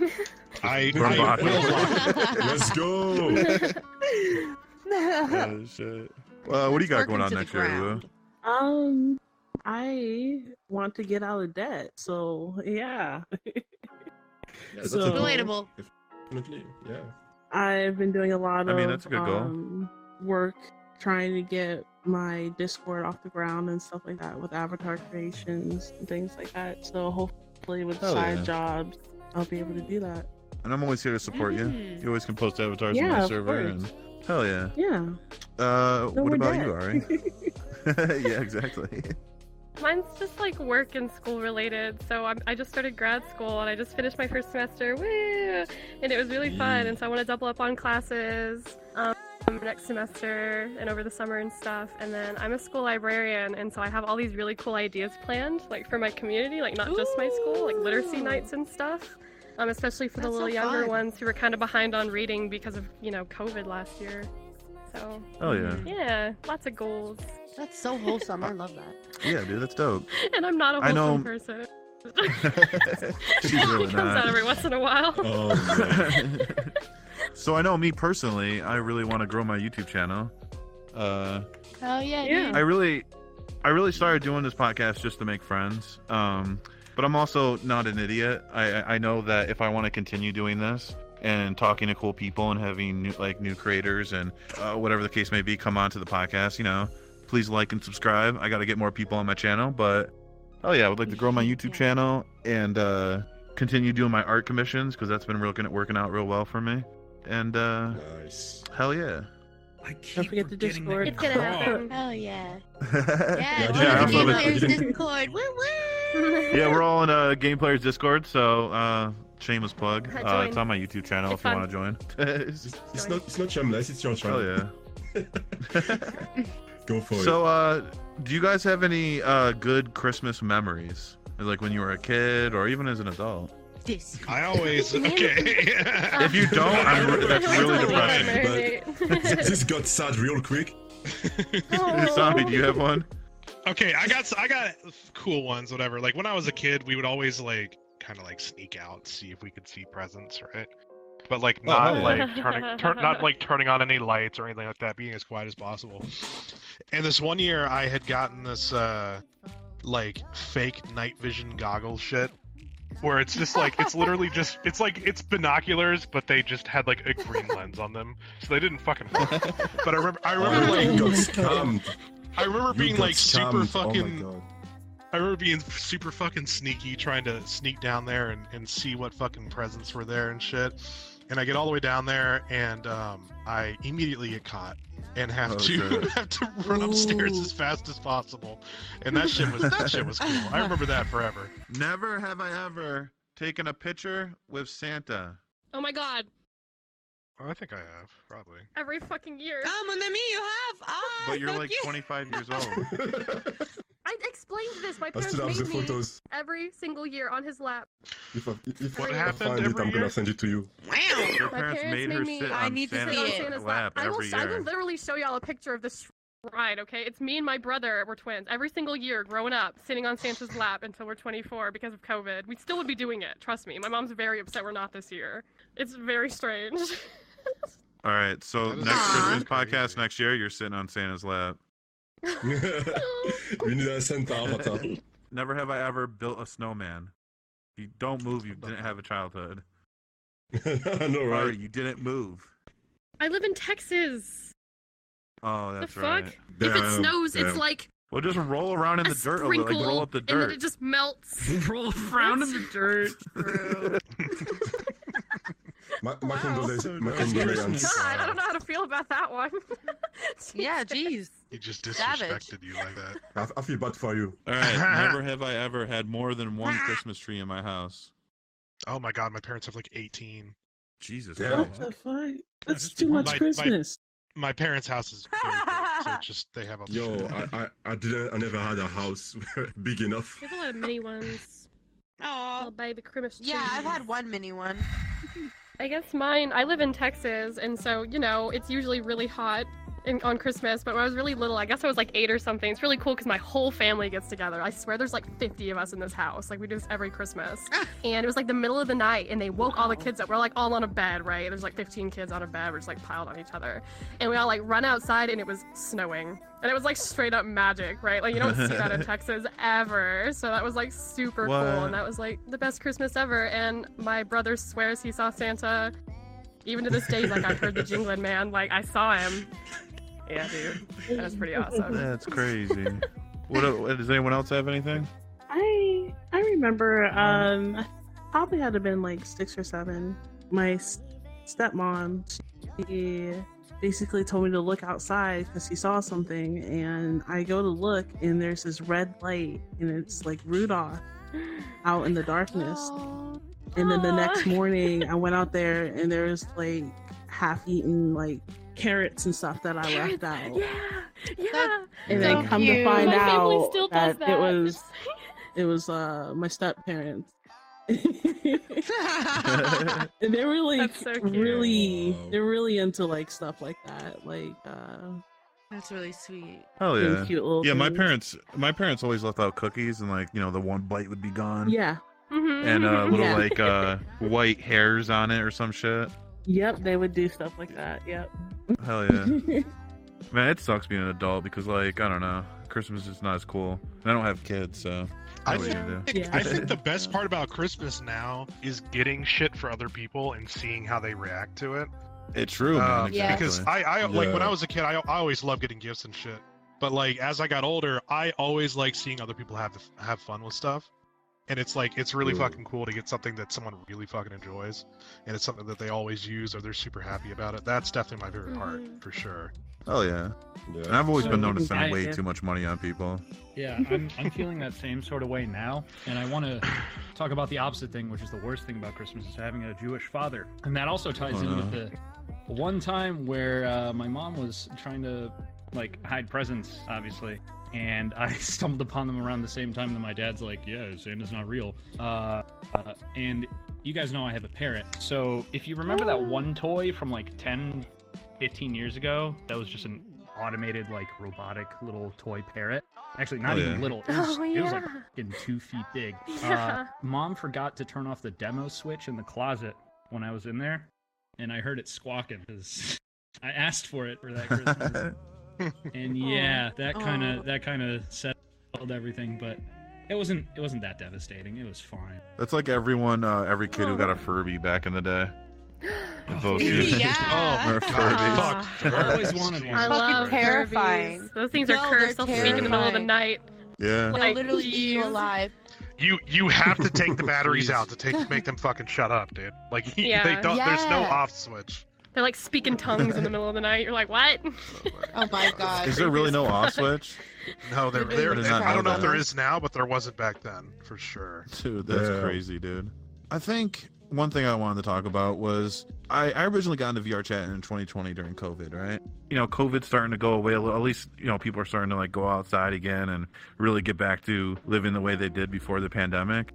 Speaker 3: I,
Speaker 1: We're
Speaker 3: I
Speaker 1: back.
Speaker 3: will.
Speaker 4: *laughs* Let's go.
Speaker 8: *laughs*
Speaker 1: oh shit. Uh, what do you got
Speaker 6: Working
Speaker 1: going on
Speaker 6: to the
Speaker 1: next year, Lou?
Speaker 6: ground.
Speaker 8: Um, I want to get out of debt, so yeah.
Speaker 4: that's
Speaker 8: So-
Speaker 4: a goal.
Speaker 6: Relatable.
Speaker 4: Definitely, yeah.
Speaker 8: I've been doing a lot
Speaker 1: I
Speaker 8: of
Speaker 1: mean, that's a good goal.
Speaker 8: um, work trying to get my Discord off the ground and stuff like that with avatar creations and things like that. So hopefully with
Speaker 1: Hell
Speaker 8: side
Speaker 1: yeah.
Speaker 8: jobs, I'll be able to do that.
Speaker 1: And I'm always here to support
Speaker 2: Mm-hmm.
Speaker 1: you.
Speaker 6: Mm.
Speaker 1: You always can post avatars on
Speaker 8: Yeah,
Speaker 1: my
Speaker 8: of
Speaker 1: server.
Speaker 8: course.
Speaker 1: And, hell yeah.
Speaker 8: Yeah.
Speaker 1: Uh,
Speaker 8: No,
Speaker 1: what
Speaker 8: we're
Speaker 1: about
Speaker 8: dead.
Speaker 1: you, Ari? *laughs* yeah, exactly.
Speaker 7: Mine's just like work and school related. So I'm, I just started grad school and I just finished my first semester. Woo! And it was really fun. And so I want to double up on classes um, next semester and over the summer and stuff. And then I'm a school librarian. And so I have all these really cool ideas planned, like for my community, like not just my school, like literacy
Speaker 2: Ooh.
Speaker 7: nights and stuff. Um, especially for the
Speaker 6: That's so
Speaker 7: little younger
Speaker 6: fun.
Speaker 7: ones who were kind of behind on reading because of, you know, COVID last year. So,
Speaker 1: Hell yeah.
Speaker 7: Mm. yeah, lots of goals. *laughs*
Speaker 2: That's so wholesome. I love that.
Speaker 1: Yeah, dude, that's dope.
Speaker 7: And I'm not a
Speaker 1: I know-
Speaker 7: wholesome person.
Speaker 1: She's
Speaker 7: It
Speaker 1: really
Speaker 7: comes
Speaker 1: not.
Speaker 7: out every once in a while.
Speaker 4: Oh,
Speaker 1: *laughs*
Speaker 4: man.
Speaker 1: so I know me personally, I really want to grow my YouTube channel. Uh,
Speaker 2: Oh yeah,
Speaker 7: Yeah.
Speaker 1: I really, I really started doing this podcast just to make friends. Um, but I'm also not an idiot. I I- I know that if I want to continue doing this and talking to cool people and having new, like new creators and uh, whatever the case may be, come on to the podcast. You know, please like and subscribe. I got to get more people on my channel, but oh yeah, I would like to grow my YouTube channel and uh, continue doing my art commissions because that's been working working out real well for me. And uh,
Speaker 4: nice.
Speaker 1: hell yeah.
Speaker 9: I keep
Speaker 8: Don't forget the
Speaker 9: forgetting that
Speaker 8: Discord.
Speaker 9: you
Speaker 7: It's gonna happen.
Speaker 2: Oh yeah.
Speaker 4: Yeah,
Speaker 2: Yeah.
Speaker 4: yeah,
Speaker 2: join the
Speaker 4: I'm
Speaker 2: Game
Speaker 4: loving
Speaker 2: Players
Speaker 4: it.
Speaker 2: Discord. Woo woo.
Speaker 1: yeah, we're all in uh, Game Players Discord, so uh, shameless plug.
Speaker 7: Uh,
Speaker 1: Uh, it's
Speaker 7: join.
Speaker 1: on my YouTube channel
Speaker 7: It's
Speaker 1: if you
Speaker 7: fun.
Speaker 1: want to join. *laughs*
Speaker 4: It's, it's not it's not shameless. It's your
Speaker 1: Hell
Speaker 4: channel.
Speaker 1: yeah.
Speaker 4: Go for
Speaker 1: Oh, So, uh, do you guys have any uh, good Christmas memories? Like when you were a kid or even as an adult?
Speaker 6: This.
Speaker 3: I always okay. *laughs*
Speaker 1: If you don't, I'm re- that's
Speaker 7: That's
Speaker 1: really
Speaker 7: a lot,
Speaker 1: depressing.
Speaker 7: Mary.
Speaker 4: it. this got sad real quick.
Speaker 1: *laughs* *laughs* Zombie, do you have one?
Speaker 3: okay, I got s- I got cool ones, whatever. Like when I was a kid, we would always like kind of like sneak out, see if we could see presents, right? But like not
Speaker 4: yeah.
Speaker 3: like turning turn, not like turning on any lights or anything like that, being as quiet as possible. And this one year, I had gotten this uh like fake night vision goggle shit. Where it's just like it's literally just it's like it's binoculars, but they just had like a green lens on them, so they didn't fucking work. But I remember, I remember
Speaker 4: Oh, you
Speaker 3: like *laughs*
Speaker 4: got scammed.
Speaker 3: I remember
Speaker 4: You
Speaker 3: being
Speaker 4: got
Speaker 3: like super
Speaker 4: scammed. Oh my
Speaker 3: fucking
Speaker 4: God.
Speaker 3: I remember being super fucking sneaky, trying to sneak down there and, and see what fucking presents were there and shit. And I get all the way down there, and um, I immediately get caught and have
Speaker 1: Oh,
Speaker 3: to
Speaker 1: shit.
Speaker 3: *laughs* have to run upstairs as fast as possible. And that shit was that shit was cool. I remember that forever.
Speaker 1: Never have I ever taken a picture with Santa.
Speaker 7: *laughs* oh my god.
Speaker 3: I think I have probably.
Speaker 7: Every fucking year.
Speaker 6: Come on, me, you have. Ah,
Speaker 1: But you're
Speaker 6: fuck
Speaker 1: like
Speaker 6: you.
Speaker 1: 25 years old.
Speaker 4: *laughs*
Speaker 7: I explained this. My
Speaker 4: I
Speaker 7: parents
Speaker 4: still have the
Speaker 7: made me
Speaker 4: photos.
Speaker 7: every single year on his lap.
Speaker 4: If I, if- if
Speaker 3: What
Speaker 4: I
Speaker 3: happened
Speaker 4: find it,
Speaker 3: every
Speaker 4: I'm
Speaker 3: year?
Speaker 4: gonna send it to you. *laughs*
Speaker 6: Wow.
Speaker 1: Your
Speaker 7: My
Speaker 1: parents,
Speaker 7: parents
Speaker 1: made
Speaker 7: made
Speaker 1: her
Speaker 7: me-
Speaker 1: sit
Speaker 6: I
Speaker 1: on
Speaker 6: need to see
Speaker 1: Santa's
Speaker 7: sit on
Speaker 6: it.
Speaker 7: Santa's
Speaker 1: lap
Speaker 7: lap. I will,
Speaker 1: every
Speaker 7: I
Speaker 1: year.
Speaker 7: will literally show y'all a picture of this ride, okay? It's me and my brother. We're twins. Every single year growing up, sitting on Santa's lap until we're 24 because of COVID. We still would be doing it. Trust me. My mom's very upset we're not this year. It's very strange.
Speaker 1: All right, so
Speaker 3: That is
Speaker 1: next
Speaker 6: Aw.
Speaker 1: Christmas podcast
Speaker 3: crazy.
Speaker 1: next year, you're sitting on Santa's lap.
Speaker 7: *laughs*
Speaker 1: *laughs*
Speaker 4: we need a Santa avatar. *laughs*
Speaker 1: Never have I ever built a snowman. You don't move, you didn't have a childhood.
Speaker 4: no
Speaker 1: Or
Speaker 4: right.
Speaker 1: you didn't move.
Speaker 7: I live in Texas.
Speaker 1: Oh, that's
Speaker 7: the
Speaker 1: right.
Speaker 7: fuck? If it snows, it's like
Speaker 1: Well, just roll around in
Speaker 7: a
Speaker 1: the dirt, a little,
Speaker 7: sprinkle,
Speaker 1: like roll up the
Speaker 7: and then
Speaker 1: dirt.
Speaker 7: it just
Speaker 1: *laughs*
Speaker 7: melts.
Speaker 9: Roll around in the dirt. bro.
Speaker 4: My, my
Speaker 7: Wow.
Speaker 4: condolences. My
Speaker 1: That's
Speaker 7: *laughs* God,
Speaker 4: condolences.
Speaker 7: I don't know how to feel about that one. *laughs*
Speaker 2: Yeah. Jeez.
Speaker 3: He just
Speaker 2: Savage.
Speaker 3: disrespected you like that.
Speaker 4: I, I feel bad for you.
Speaker 1: All
Speaker 7: *laughs*
Speaker 1: right, never have I ever had more than one Christmas tree in my house.
Speaker 3: Oh my god, my parents have like 18.
Speaker 1: Jesus
Speaker 4: Yeah.
Speaker 1: Christ.
Speaker 8: Oh, What the fuck? That's too much
Speaker 3: My- my-
Speaker 8: Christmas.
Speaker 3: My parents' house is very big, so it's just they have a
Speaker 4: Yo, I, I, I didn't. I never had a house *laughs* big enough.
Speaker 7: There's a lot of mini ones.
Speaker 6: Oh.
Speaker 7: Little baby Christmas
Speaker 2: Yeah, I've
Speaker 7: trees.
Speaker 2: had one mini one.
Speaker 7: I guess mine. I live in Texas, and so you know it's usually really hot in, on Christmas. But when I was really little, I guess I was like eight or something. It's really cool because my whole family gets together. I swear, there's like 50 of us in this house. Like we do this every Christmas, and it was like the middle of the night, and they woke all the kids up. We're like all on a bed, right? There's like 15 kids on a bed. We're just like piled on each other, and we all like run outside, and it was snowing, and it was like straight up magic, right? Like you don't see that in Texas ever. So that was like super cool,
Speaker 1: What?
Speaker 7: and that was like the best Christmas ever. And my brother swears he saw Santa. Even to this day, he's like, I've heard the jingling, man. Like, I saw him. Yeah, dude. That was
Speaker 8: *laughs*
Speaker 7: pretty
Speaker 11: *laughs*
Speaker 7: awesome.
Speaker 1: That's crazy. what, el- does anyone else have anything?
Speaker 8: I I remember um I probably had to been like six or seven. My s- stepmom she basically told me to look outside because she saw something, and I go to look, and there's this red light, and it's like Rudolph out in the darkness. And then the next
Speaker 7: Aw.
Speaker 8: morning,
Speaker 7: *laughs*
Speaker 8: I went out there, and there was like half-eaten like carrots and stuff that I left
Speaker 7: Carrots,
Speaker 8: out.
Speaker 7: Yeah, yeah.
Speaker 2: so
Speaker 8: And then come to
Speaker 2: cute.
Speaker 7: My
Speaker 8: find
Speaker 7: family
Speaker 8: out
Speaker 7: still does
Speaker 8: that,
Speaker 7: that.
Speaker 8: it
Speaker 7: *laughs*
Speaker 8: was it was uh my step
Speaker 1: *laughs*
Speaker 8: parents. *laughs* and they were like
Speaker 7: That's so cute.
Speaker 8: really
Speaker 4: Wow.
Speaker 8: they're really into like stuff like that. Like uh
Speaker 6: That's really sweet.
Speaker 1: Hell
Speaker 8: really
Speaker 1: Oh, yeah.
Speaker 8: cute little
Speaker 1: Yeah, my
Speaker 8: things.
Speaker 1: parents my parents always left out cookies and like, you know, the one bite would be gone.
Speaker 8: Yeah.
Speaker 7: Mhm,
Speaker 1: And uh
Speaker 7: mhm. *laughs*
Speaker 1: little
Speaker 8: *laughs* Yeah.
Speaker 1: like uh white hairs on it or some shit.
Speaker 8: Yep, they would do stuff like that. Yep.
Speaker 1: Hell
Speaker 8: *laughs*
Speaker 1: yeah. Man, it sucks being an adult because like, I don't know. Christmas is not as cool. And I don't have kids, so
Speaker 3: I
Speaker 1: what are you
Speaker 3: think-
Speaker 1: gonna do?
Speaker 8: Yeah.
Speaker 3: I think the
Speaker 1: *laughs*
Speaker 3: best part about Christmas now is getting shit for other people and seeing how they react to it.
Speaker 1: It's true,
Speaker 3: Uh,
Speaker 1: man.
Speaker 2: Yeah.
Speaker 3: Because I, I like when
Speaker 4: Yeah.
Speaker 3: I was a kid, I, I always loved getting gifts and shit. But like as I got older, I always like seeing other people have have fun with stuff. and it's like it's really
Speaker 4: Ooh.
Speaker 3: fucking cool to get something that someone really fucking enjoys, and it's something that they always use or they're super happy about it. That's definitely my favorite part
Speaker 7: Mhm.
Speaker 3: for sure.
Speaker 1: Hell yeah. And
Speaker 4: Yeah.
Speaker 1: I've always
Speaker 9: So
Speaker 1: been known to
Speaker 9: you can
Speaker 1: spend
Speaker 9: buy
Speaker 1: way
Speaker 9: it.
Speaker 1: too much money on
Speaker 9: *laughs*
Speaker 1: people.
Speaker 9: Yeah, I'm, I'm feeling that same sort of way now. And I want to talk about the opposite thing, which is the worst thing about Christmas, is having a Jewish father. And that also ties
Speaker 1: Oh,
Speaker 9: in
Speaker 1: no.
Speaker 9: with the one time where uh, my mom was trying to, like, hide presents, obviously. And I *laughs* stumbled upon them around the same time that my dad's like, yeah, Santa's not real. Uh, uh, and you guys know I have a parrot. So if you remember that one toy from like 10, 15 years ago, that was just an automated, like, robotic little toy parrot. Actually, not
Speaker 1: Oh,
Speaker 9: even
Speaker 1: yeah.
Speaker 9: little. It was,
Speaker 7: Oh,
Speaker 9: it was like
Speaker 7: yeah.
Speaker 9: fucking two feet
Speaker 7: *laughs*
Speaker 9: big.
Speaker 7: Yeah.
Speaker 9: Uh, Mom forgot to turn off the demo switch in the closet when I was in there, and I heard it squawking because *laughs* I asked for it for that Christmas. and yeah, that kind
Speaker 8: Aw.
Speaker 9: of that kind of settled everything, but it wasn't it wasn't that devastating. It was fine.
Speaker 1: *laughs* That's like everyone, uh, every kid who got a Furby back in the day.
Speaker 9: Oh,
Speaker 1: Those *laughs* kids.
Speaker 6: yeah.
Speaker 1: Or Furby.
Speaker 3: *laughs* Fuck.
Speaker 9: I always wanted one.
Speaker 7: I
Speaker 3: Jesus
Speaker 7: love
Speaker 3: Christ.
Speaker 2: terrifying.
Speaker 7: Furbies. Those things
Speaker 6: No,
Speaker 7: are
Speaker 6: they're
Speaker 7: cursed. They'll speak in the middle of the
Speaker 6: terrifying.
Speaker 7: night.
Speaker 1: Yeah.
Speaker 2: They'll
Speaker 7: Like,
Speaker 2: literally eat you
Speaker 7: jeez.
Speaker 2: alive.
Speaker 3: You you have to take the batteries
Speaker 9: Jeez.
Speaker 3: out to take make them fucking shut up, dude. Like *laughs* they
Speaker 7: Yeah.
Speaker 3: don't. There's no
Speaker 2: Yeah.
Speaker 3: off switch.
Speaker 7: They're like speaking tongues in the middle of the night. You're like, what? *laughs*
Speaker 6: Oh my god.
Speaker 1: Is there really no off switch?
Speaker 3: No, there there.
Speaker 1: I did not
Speaker 3: I don't
Speaker 1: know
Speaker 3: know if there
Speaker 1: that.
Speaker 3: is now, but there wasn't back then for sure.
Speaker 1: *laughs* Dude, that's
Speaker 4: Yeah.
Speaker 1: crazy, dude. I think one thing I wanted to talk about was I, I originally got into VR chat in 2020 during COVID, right? You know, COVID's starting to go away a little. At least, you know, people are starting to like go outside again and really get back to living the way they did before the pandemic.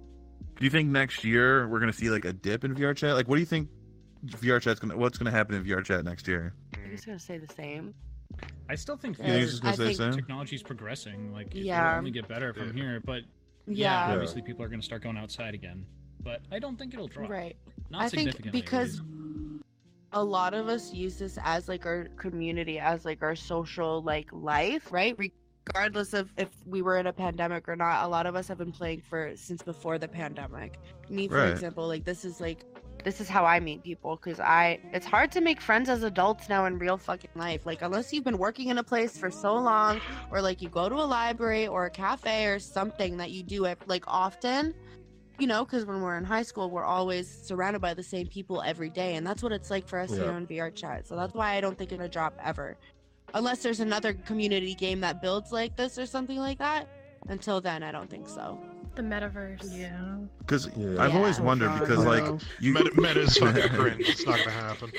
Speaker 1: Do you think next year we're going to see like a dip in VR chat? Like, what do you think VR chat's going to, what's going to happen in VR chat next year?
Speaker 2: I'm just gonna say the same.
Speaker 9: I still think
Speaker 1: You think it's
Speaker 9: the
Speaker 1: just going to
Speaker 2: I
Speaker 1: stay the
Speaker 2: think-
Speaker 1: same?
Speaker 9: technology's progressing. Like, it
Speaker 2: Yeah.
Speaker 9: will only get better from here. But yeah,
Speaker 2: Yeah.
Speaker 9: obviously people are going to start going outside again. But I don't think it'll drop.
Speaker 2: Right.
Speaker 9: Not
Speaker 2: I think
Speaker 9: significantly. at
Speaker 2: because
Speaker 9: least.
Speaker 2: a lot of us use this as like our community, as like our social like life, right? Regardless of if we were in a pandemic or not, a lot of us have been playing for since before the pandemic. Me, for
Speaker 1: Right.
Speaker 2: example, like this is like this is how I meet people because I it's hard to make friends as adults now in real fucking life. Like unless you've been working in a place for so long, or like you go to a library or a cafe or something that you do it like often you know, because when we're in high school, we're always surrounded by the same people every day, and that's what it's like for us
Speaker 4: Yeah.
Speaker 2: here on VR chat. So that's why I don't think it'll drop ever, unless there's another community game that builds like this or something like that. Until then, I don't think so.
Speaker 7: The metaverse.
Speaker 8: Yeah.
Speaker 1: Because
Speaker 4: Yeah.
Speaker 1: I've always
Speaker 2: Yeah.
Speaker 1: wondered because like you
Speaker 3: Meta,
Speaker 1: *laughs*
Speaker 3: meta's fucking cringe. It's not gonna happen.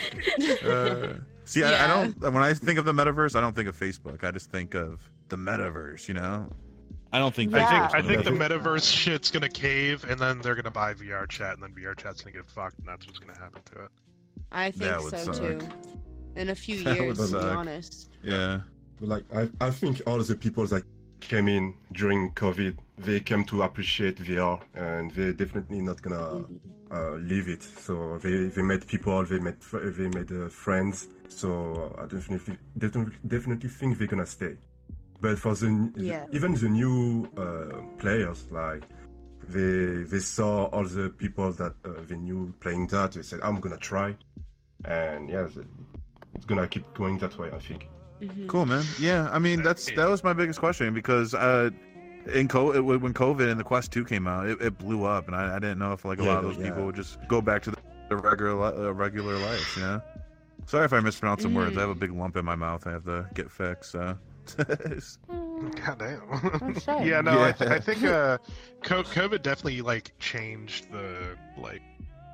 Speaker 1: Uh, see, I, I
Speaker 2: Yeah.
Speaker 1: don't. When I think of the metaverse, I don't think of Facebook. I just think of the metaverse. You know. I don't think.
Speaker 2: I think-
Speaker 1: Facebook's
Speaker 3: I think the
Speaker 1: metaverse.
Speaker 3: metaverse shit's gonna cave, and then they're gonna buy VR chat, and then VR chat's gonna get fucked, and that's what's gonna happen to it.
Speaker 2: I
Speaker 1: That
Speaker 2: think
Speaker 1: would
Speaker 2: so
Speaker 1: suck.
Speaker 2: too. In a
Speaker 1: *laughs*
Speaker 2: few
Speaker 1: That
Speaker 2: years,
Speaker 4: would
Speaker 2: to be
Speaker 1: suck.
Speaker 2: honest.
Speaker 1: Yeah.
Speaker 4: But like I, I think all the people that came in during COVID, they came to appreciate VR, and they're definitely not gonna uh, leave it. So they, they met people, they met fr- they made uh, friends. So I definitely definitely definitely think they're gonna stay. But for the
Speaker 2: Yeah.
Speaker 4: even the new uh, players, like they they saw all the people that uh, they knew playing that, they said I'm gonna try, and yeah, it's gonna keep going that way. I think.
Speaker 2: Mm-hmm.
Speaker 1: Cool, man. Yeah. I mean, that's that was my biggest question because uh, in co- it, when COVID and the Quest Two came out, it, it blew up, and I, I didn't know if like a
Speaker 4: Yeah,
Speaker 1: lot of those
Speaker 4: yeah.
Speaker 1: people would just go back to the, the regular li- uh, regular life. You know. Sorry if I mispronounced some words. I have a big lump in my mouth. I have to get fixed. So. *laughs*
Speaker 2: Mm-hmm.
Speaker 3: God damn.
Speaker 2: That's right.
Speaker 3: yeah, no, I, th-
Speaker 1: Yeah.
Speaker 3: I think uh, co- COVID definitely like changed the like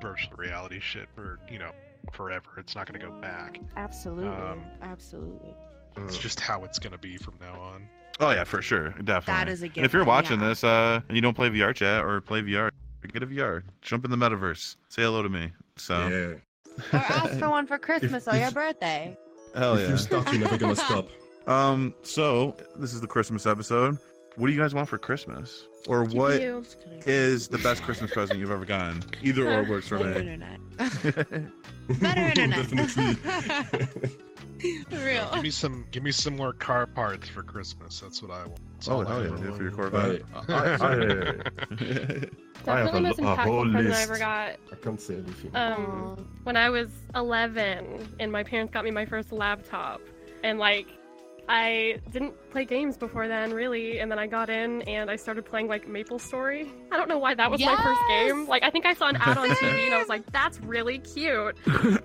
Speaker 3: virtual reality shit for you know forever. It's not gonna go back.
Speaker 2: Absolutely.
Speaker 3: Um,
Speaker 2: Absolutely.
Speaker 3: It's just how it's gonna be from now on.
Speaker 1: Oh yeah, for sure, definitely.
Speaker 2: That is a
Speaker 1: And if
Speaker 2: given,
Speaker 1: you're watching
Speaker 2: yeah.
Speaker 1: this uh, and you don't play VR chat or play VR, get a VR, jump in the metaverse, say hello to me.
Speaker 3: uh,
Speaker 1: So
Speaker 4: Yeah.
Speaker 2: Or
Speaker 1: *laughs*
Speaker 2: ask *laughs* for one for Christmas or
Speaker 4: if-
Speaker 2: your birthday.
Speaker 1: hell
Speaker 4: if you start, you're never gonna stop.
Speaker 1: *laughs* Um, so this is the Christmas episode. What do you guys want for Christmas, or what is
Speaker 7: You.
Speaker 1: the best *laughs* Christmas present you've ever gotten? Either or works for
Speaker 2: Better *laughs*
Speaker 1: me.
Speaker 2: internet. Better
Speaker 4: *laughs* Definitely.
Speaker 2: internet.
Speaker 3: So
Speaker 2: Real.
Speaker 3: give me some, give me some more car parts for Christmas. That's what I want. That's
Speaker 1: oh
Speaker 3: all I
Speaker 1: hell yeah,
Speaker 3: ever
Speaker 1: dude, for your
Speaker 3: wanted.
Speaker 1: Corvette. *laughs*
Speaker 4: *laughs*
Speaker 3: *laughs*
Speaker 4: I, I have
Speaker 7: Definitely
Speaker 4: a
Speaker 7: the most
Speaker 4: lo- a whole
Speaker 7: impactful present I
Speaker 4: list.
Speaker 7: ever got.
Speaker 4: I can't say anything.
Speaker 7: Um, when I was 11, and my parents got me my first laptop, and like I didn't play games before then, really, and then I got in and I started playing like Maple Story. I don't know why that was my first game.
Speaker 6: Yes!
Speaker 7: Like I think I saw an ad on TV and I was like,
Speaker 6: *laughs*
Speaker 7: "That's really cute,"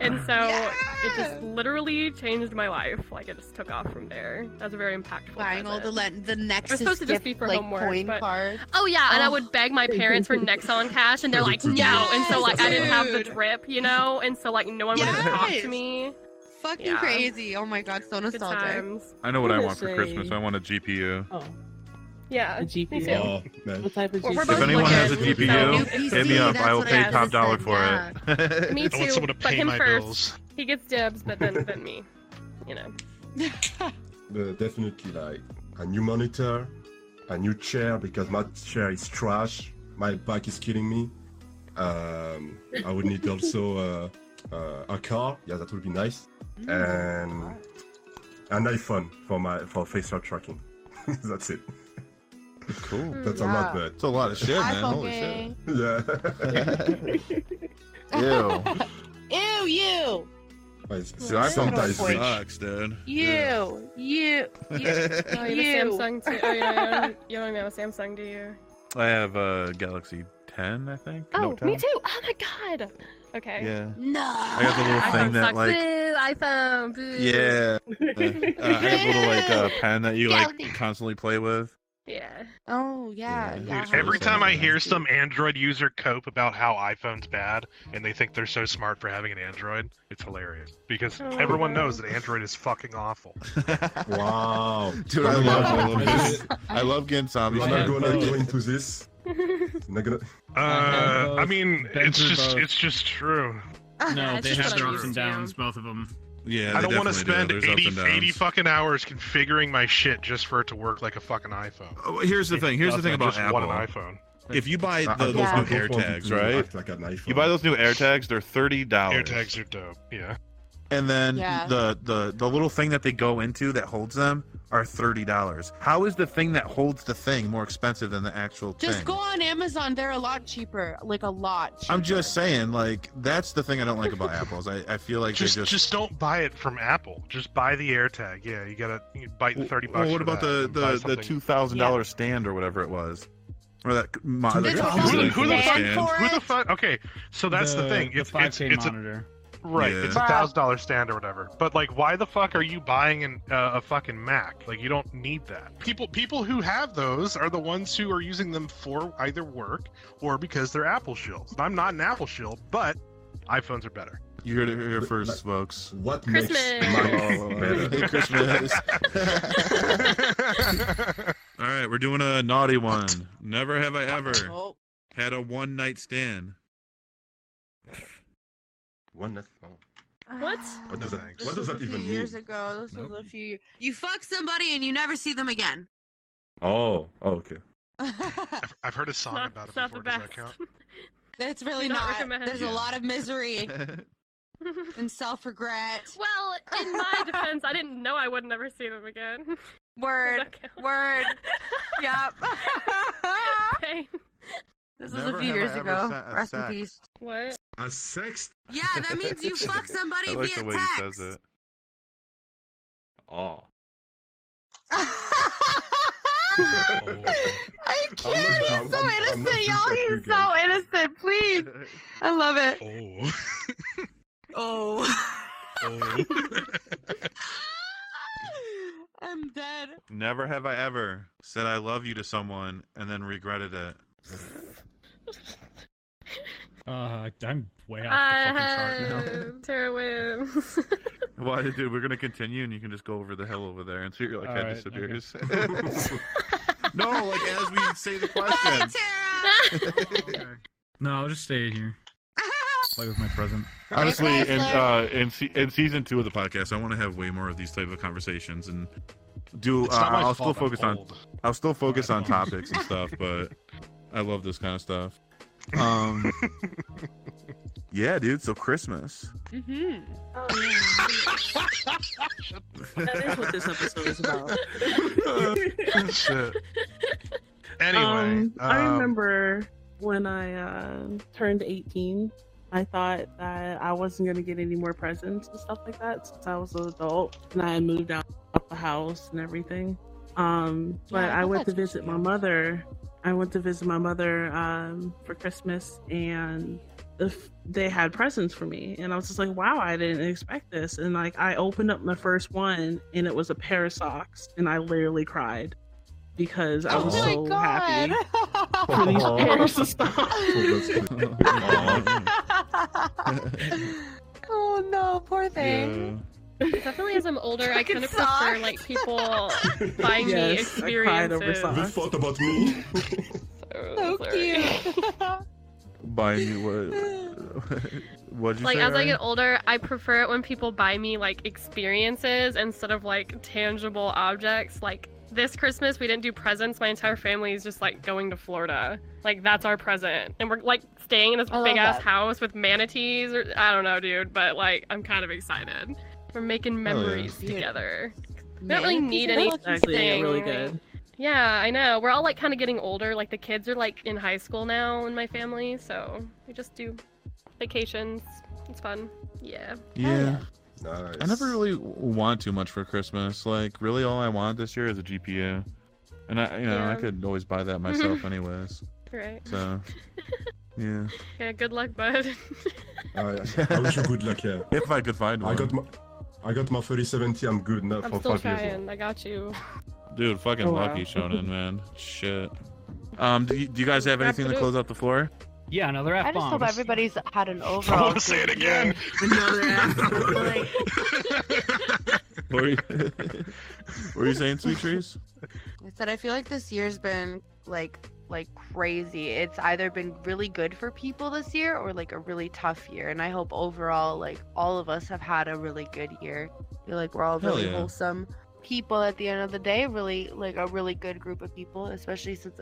Speaker 7: and so it just literally changed my life. Like it just took off from there. That's a very impactful.
Speaker 6: Buying all the
Speaker 7: present.
Speaker 6: le- the next
Speaker 7: supposed to just be for
Speaker 6: like
Speaker 7: homework,
Speaker 6: coin
Speaker 7: but-
Speaker 6: cards.
Speaker 7: Oh yeah, and I
Speaker 6: Oh.
Speaker 7: would beg my parents for Nexon cash, and they're like, "No," and so like I didn't
Speaker 6: *laughs*
Speaker 7: have the
Speaker 6: Dude.
Speaker 7: drip, you know, and so like no one would ever talk
Speaker 6: Yes.
Speaker 7: to me.
Speaker 6: Fucking
Speaker 7: Yeah.
Speaker 6: crazy! Oh my god, so
Speaker 7: Good
Speaker 2: *laughs*
Speaker 6: nostalgic.
Speaker 7: times.
Speaker 12: I know what I
Speaker 8: What
Speaker 12: want
Speaker 8: is
Speaker 12: for Christmas.
Speaker 8: a-
Speaker 12: I want a GPU.
Speaker 8: Oh,
Speaker 7: Yeah.
Speaker 8: a
Speaker 1: *laughs*
Speaker 8: GPU.
Speaker 4: Oh, man.
Speaker 8: What type of
Speaker 7: We're- we're
Speaker 8: GPU?
Speaker 7: both
Speaker 12: If anyone has a
Speaker 7: looking, so-
Speaker 12: GPU, *laughs*
Speaker 6: New
Speaker 12: hit me
Speaker 6: PC,
Speaker 12: up.
Speaker 6: that's
Speaker 12: I will
Speaker 6: what
Speaker 12: pay
Speaker 6: I
Speaker 12: top
Speaker 6: was saying,
Speaker 12: dollar for
Speaker 6: yeah.
Speaker 12: it.
Speaker 7: *laughs* Me
Speaker 3: I want
Speaker 7: too,
Speaker 3: someone to
Speaker 7: but
Speaker 3: pay
Speaker 7: him
Speaker 3: my
Speaker 7: first.
Speaker 3: bills.
Speaker 7: He gets dibs, but then then me, you know.
Speaker 4: But definitely like a new monitor, a new chair because my chair is trash. My back is killing me. Um, I would need also *laughs* uh, uh, a car. Yeah, that would be nice. And an iPhone for my for facial tracking. *laughs* That's it.
Speaker 1: Cool.
Speaker 4: That's a lot, but
Speaker 1: It's a lot of Oh, shit, man.
Speaker 6: iPhone
Speaker 1: Holy shit.
Speaker 6: gang.
Speaker 4: *laughs*
Speaker 1: *laughs*
Speaker 4: yeah.
Speaker 1: Ew.
Speaker 2: Ew, you,
Speaker 4: But it's-
Speaker 7: Well, that's
Speaker 4: sometimes
Speaker 6: not a
Speaker 1: *laughs*
Speaker 4: rich.
Speaker 1: Sucks, dude.
Speaker 2: you, you.
Speaker 7: Oh, you have a Samsung too. Oh, yeah, you, don't, you don't even have a *laughs* Samsung, do you?
Speaker 12: I have a Galaxy 10, I think.
Speaker 7: Oh,
Speaker 12: No,
Speaker 7: me
Speaker 12: 10.
Speaker 7: too. Oh my god. Okay. *laughs*
Speaker 1: yeah.
Speaker 12: I got the little thing
Speaker 7: iPhone
Speaker 12: that like,
Speaker 7: sucks. Boo, iPhone. Boo. *laughs*
Speaker 12: yeah, Uh, I have a little like uh, pen that you like constantly play
Speaker 1: *laughs*
Speaker 12: with.
Speaker 7: Yeah.
Speaker 2: Oh yeah,
Speaker 1: Yeah.
Speaker 2: yeah.
Speaker 1: Dude,
Speaker 3: Every
Speaker 1: Sounds
Speaker 3: time I
Speaker 1: nice.
Speaker 3: hear some Android user cope about how iPhone's bad and they think they're so smart for having an Android, it's hilarious. Because
Speaker 7: Oh,
Speaker 3: everyone
Speaker 7: no.
Speaker 3: knows that Android is fucking awful.
Speaker 4: Wow.
Speaker 1: Dude, I
Speaker 4: Oh my
Speaker 1: love,
Speaker 4: God.
Speaker 1: I love this. I love getting
Speaker 4: I'm
Speaker 1: zombies.
Speaker 4: not
Speaker 1: man.
Speaker 4: gonna go into this. I'm not gonna.
Speaker 3: Uh, I
Speaker 9: both.
Speaker 3: mean,
Speaker 9: Been
Speaker 3: it's
Speaker 9: through
Speaker 3: just
Speaker 9: both.
Speaker 3: it's just true.
Speaker 2: *laughs*
Speaker 9: No,
Speaker 7: It's
Speaker 9: they
Speaker 7: just what
Speaker 9: have
Speaker 7: I'm
Speaker 9: their ups and
Speaker 7: used to.
Speaker 9: downs, both of them.
Speaker 1: Yeah,
Speaker 3: I
Speaker 1: they
Speaker 3: don't want to
Speaker 1: definitely do.
Speaker 3: spend
Speaker 1: There's ups
Speaker 3: 80,
Speaker 1: and downs.
Speaker 3: 80 fucking hours configuring my shit just for it to work like a fucking iPhone.
Speaker 1: Oh, Here's the thing. Here's the thing
Speaker 9: That's not
Speaker 1: about
Speaker 3: just want
Speaker 1: Apple.
Speaker 3: an iPhone.
Speaker 1: If you buy
Speaker 4: I-
Speaker 1: the,
Speaker 4: I
Speaker 1: those
Speaker 4: don't
Speaker 1: new
Speaker 4: want- I don't want
Speaker 1: AirTags,
Speaker 4: to
Speaker 1: right?
Speaker 4: act Like an iPhone.
Speaker 12: You buy those new AirTags, theyir thirty dollars.
Speaker 3: AirTags are dope. Yeah.
Speaker 1: and then
Speaker 2: Yeah.
Speaker 1: the, the the little thing that they go into that holds them are thirty dollars. How is the thing that holds the thing more expensive than the actual
Speaker 2: Just
Speaker 1: thing?
Speaker 2: go on Amazon. They're a lot cheaper. Like a lot. Cheaper.
Speaker 1: I'm just saying, like that's the thing I don't like about apples. I, I feel like
Speaker 3: Just,
Speaker 1: they
Speaker 3: just don't buy it from Apple. Just buy the AirTag. Yeah, you gotta you bite the
Speaker 12: Well,
Speaker 3: thirty bucks.
Speaker 12: well, what
Speaker 3: for
Speaker 12: about
Speaker 3: that
Speaker 12: the
Speaker 3: and buy
Speaker 12: the, the
Speaker 3: something.
Speaker 12: two thousand dollar stand or whatever it was, or that mo-
Speaker 4: Dude,
Speaker 12: the
Speaker 4: that's
Speaker 12: computer
Speaker 3: awesome. Who the- who the
Speaker 12: stand.
Speaker 2: fuck-
Speaker 3: Who the fuck? Okay, so that's the, thing.
Speaker 9: The
Speaker 3: It's
Speaker 9: 5K
Speaker 3: it's, it's a
Speaker 9: monitor.
Speaker 3: Right,
Speaker 1: Yeah.
Speaker 3: it's a thousand dollar stand or whatever. But like, why the fuck are you buying an, uh, a fucking Mac? Like, you don't need that. People, people who have those are the ones who are using them for either work or because they're Apple shields. I'm not an Apple shield, but iPhones
Speaker 12: *laughs*
Speaker 3: are better. *laughs*
Speaker 1: You heard it here first, folks.
Speaker 4: What
Speaker 7: Christmas.
Speaker 4: makes mine better?
Speaker 1: Hey, *laughs* Christmas. All right, we're doing a naughty one. Never have I ever
Speaker 2: Oh,
Speaker 1: had a one night stand.
Speaker 4: One less. oh,
Speaker 7: What?
Speaker 4: What does that?
Speaker 3: This
Speaker 4: What does
Speaker 2: was
Speaker 4: that
Speaker 2: a few
Speaker 4: even
Speaker 2: years
Speaker 4: mean?
Speaker 2: ago. This
Speaker 4: No.
Speaker 2: was a few. You fuck somebody and you never see them again. *laughs*
Speaker 4: Oh. Oh. Okay.
Speaker 3: I've, I've heard a song
Speaker 7: Not-
Speaker 3: about it
Speaker 7: it's not
Speaker 3: before.
Speaker 7: the
Speaker 3: Does that
Speaker 7: best.
Speaker 3: count?
Speaker 2: That's really
Speaker 7: Do not
Speaker 2: not.
Speaker 7: recommend.
Speaker 2: There's
Speaker 1: Yeah.
Speaker 2: a lot of *laughs* misery and self regret.
Speaker 7: *laughs* well, in my defense, I didn't know I would never see them again. *laughs* Does
Speaker 2: Word.
Speaker 7: that count? *laughs*
Speaker 2: Word. Yep.
Speaker 7: Okay.
Speaker 2: *laughs* this was
Speaker 1: Never
Speaker 2: a few
Speaker 1: have I
Speaker 2: years
Speaker 1: ever
Speaker 2: ago.
Speaker 1: sat-
Speaker 2: Rest in
Speaker 1: sat-
Speaker 2: peace.
Speaker 7: What?
Speaker 4: A sex.
Speaker 2: Yeah, that means you fuck
Speaker 12: I
Speaker 2: somebody
Speaker 12: like
Speaker 2: via
Speaker 12: the way he
Speaker 2: text.
Speaker 12: says
Speaker 2: *laughs*
Speaker 12: it.
Speaker 4: Oh.
Speaker 2: I
Speaker 4: I'm
Speaker 2: can't.
Speaker 4: not-
Speaker 2: He's
Speaker 4: I'm-
Speaker 2: so
Speaker 4: I'm- I'm
Speaker 2: innocent,
Speaker 4: not
Speaker 2: y'all.
Speaker 4: sympathetic
Speaker 2: He's
Speaker 4: again.
Speaker 2: so innocent. Please.
Speaker 3: *laughs*
Speaker 2: I love it.
Speaker 3: Oh,
Speaker 2: Oh. *laughs*
Speaker 3: oh.
Speaker 2: I'm dead.
Speaker 12: Never have I ever said I love you to someone and then regretted it.
Speaker 9: Uh, I'm way off the fucking chart now.
Speaker 2: *laughs*
Speaker 7: Uh, *laughs* Tara wins.
Speaker 1: *laughs*
Speaker 12: Well, dude, we're gonna continue, and you can just go over the hill over there and see your like
Speaker 9: All
Speaker 12: head
Speaker 9: right,
Speaker 12: disappears. *laughs*
Speaker 1: no, like as we say the question.
Speaker 2: *laughs*
Speaker 9: No, I'll just stay here.
Speaker 2: Oh
Speaker 9: Play with my present.
Speaker 12: Honestly, in uh, in, se- in season two of the podcast, I want to have way more of these type of conversations and do. Uh,
Speaker 3: It's not my
Speaker 12: I'll still
Speaker 3: fault I'm
Speaker 12: focus on.
Speaker 3: old.
Speaker 12: I'll still focus on
Speaker 3: *laughs* Alright.
Speaker 12: topics and stuff, but I love this kind of stuff.
Speaker 4: *laughs*
Speaker 12: Um, yeah, dude. So Christmas.
Speaker 2: Mm-hmm.
Speaker 8: Oh, That is what this episode is about.
Speaker 3: Shit. *laughs* Anyway,
Speaker 8: um, I
Speaker 3: um,
Speaker 8: remember when I uh, turned 18, I thought that I wasn't going to get any more presents and stuff like that since I was an adult and I moved out the house and everything. Um, but
Speaker 2: Yeah, I
Speaker 8: I
Speaker 2: think
Speaker 8: went to
Speaker 2: that's
Speaker 8: visit
Speaker 2: true.
Speaker 8: my mother. I went to visit my mother um, for Christmas, and if they had presents for me, and I was just like, "Wow, I didn't expect this." And like, I opened up my first one, and it was a pair of socks, and I literally cried because I was
Speaker 2: oh my
Speaker 8: so
Speaker 2: god! *laughs*
Speaker 8: happy for these
Speaker 4: Aw.
Speaker 1: Oh.
Speaker 8: pairs of socks.
Speaker 4: that's
Speaker 1: *laughs*
Speaker 4: good.
Speaker 2: *laughs* oh no, poor thing.
Speaker 1: Yeah.
Speaker 7: *laughs* Definitely as I'm older, I kind of
Speaker 2: Fucking sucks.
Speaker 7: prefer
Speaker 2: *laughs*
Speaker 7: like people buying me
Speaker 8: Yes, I cried over
Speaker 7: experiences.
Speaker 8: socks.
Speaker 4: This thought about me.
Speaker 7: So
Speaker 2: So
Speaker 7: sorry.
Speaker 1: Buy me what? *laughs* What'd you
Speaker 7: *laughs* Like
Speaker 1: say?
Speaker 7: as I
Speaker 1: Ari?
Speaker 7: get older, I prefer it when people buy me like experiences instead of like tangible objects. Like this Christmas, we didn't do presents. My entire family is just like going to Florida. Like that's our present, and we're like staying in this
Speaker 2: I love
Speaker 7: big ass
Speaker 2: that.
Speaker 7: house with manatees. Or I don't know, dude. But like I'm kind of excited. We're making
Speaker 1: Hell yeah.
Speaker 7: memories
Speaker 2: Yeah.
Speaker 7: together. We don't really need
Speaker 2: Manatees are
Speaker 7: anything.
Speaker 2: fucking
Speaker 8: Actually, they're really
Speaker 7: Dang.
Speaker 8: good.
Speaker 7: Yeah, I know. We're all like kind of getting older. Like the kids are like in high school now in my family, so we just do vacations. It's fun. Yeah.
Speaker 1: yeah.
Speaker 4: Nice.
Speaker 1: I never really w- want too much for Christmas. Like, really, all I want this year is a GPU, and I, you know, I
Speaker 7: Yeah.
Speaker 1: could always buy
Speaker 2: *laughs*
Speaker 1: that myself, anyways.
Speaker 7: Right.
Speaker 1: So, yeah,
Speaker 7: Yeah. Good luck, bud. *laughs*
Speaker 4: I, I wish you good luck. Yeah.
Speaker 1: if I could find
Speaker 4: I
Speaker 1: one,
Speaker 4: got my, I got my 3070. I'm good now
Speaker 7: I'm
Speaker 4: for
Speaker 7: still
Speaker 4: five years. old.
Speaker 7: trying. I got you.
Speaker 1: dude, fucking
Speaker 8: Oh, wow.
Speaker 1: lucky Shonen, man. Shit. Um, do you, do you guys have
Speaker 7: Wrap
Speaker 1: anything
Speaker 7: it
Speaker 1: to
Speaker 7: up.
Speaker 1: close out the floor?
Speaker 9: Yeah, another F
Speaker 2: I just hope
Speaker 9: bomb.
Speaker 2: everybody's had an
Speaker 3: *laughs* I
Speaker 2: overall.
Speaker 3: want to say it
Speaker 2: good
Speaker 3: again.
Speaker 2: year.
Speaker 8: uh,
Speaker 3: *laughs*
Speaker 8: Another ass. like,
Speaker 1: *laughs* What were you, *laughs* what were you saying, sweet trees?
Speaker 2: I said I feel like this year's been like like crazy. It's either been really good for people this year or like a really tough year. And I hope overall like all of us have had a really good year. I feel like we're all
Speaker 1: Hell
Speaker 2: really
Speaker 1: yeah.
Speaker 2: wholesome people at the end of the day, really like a really good group of people, especially since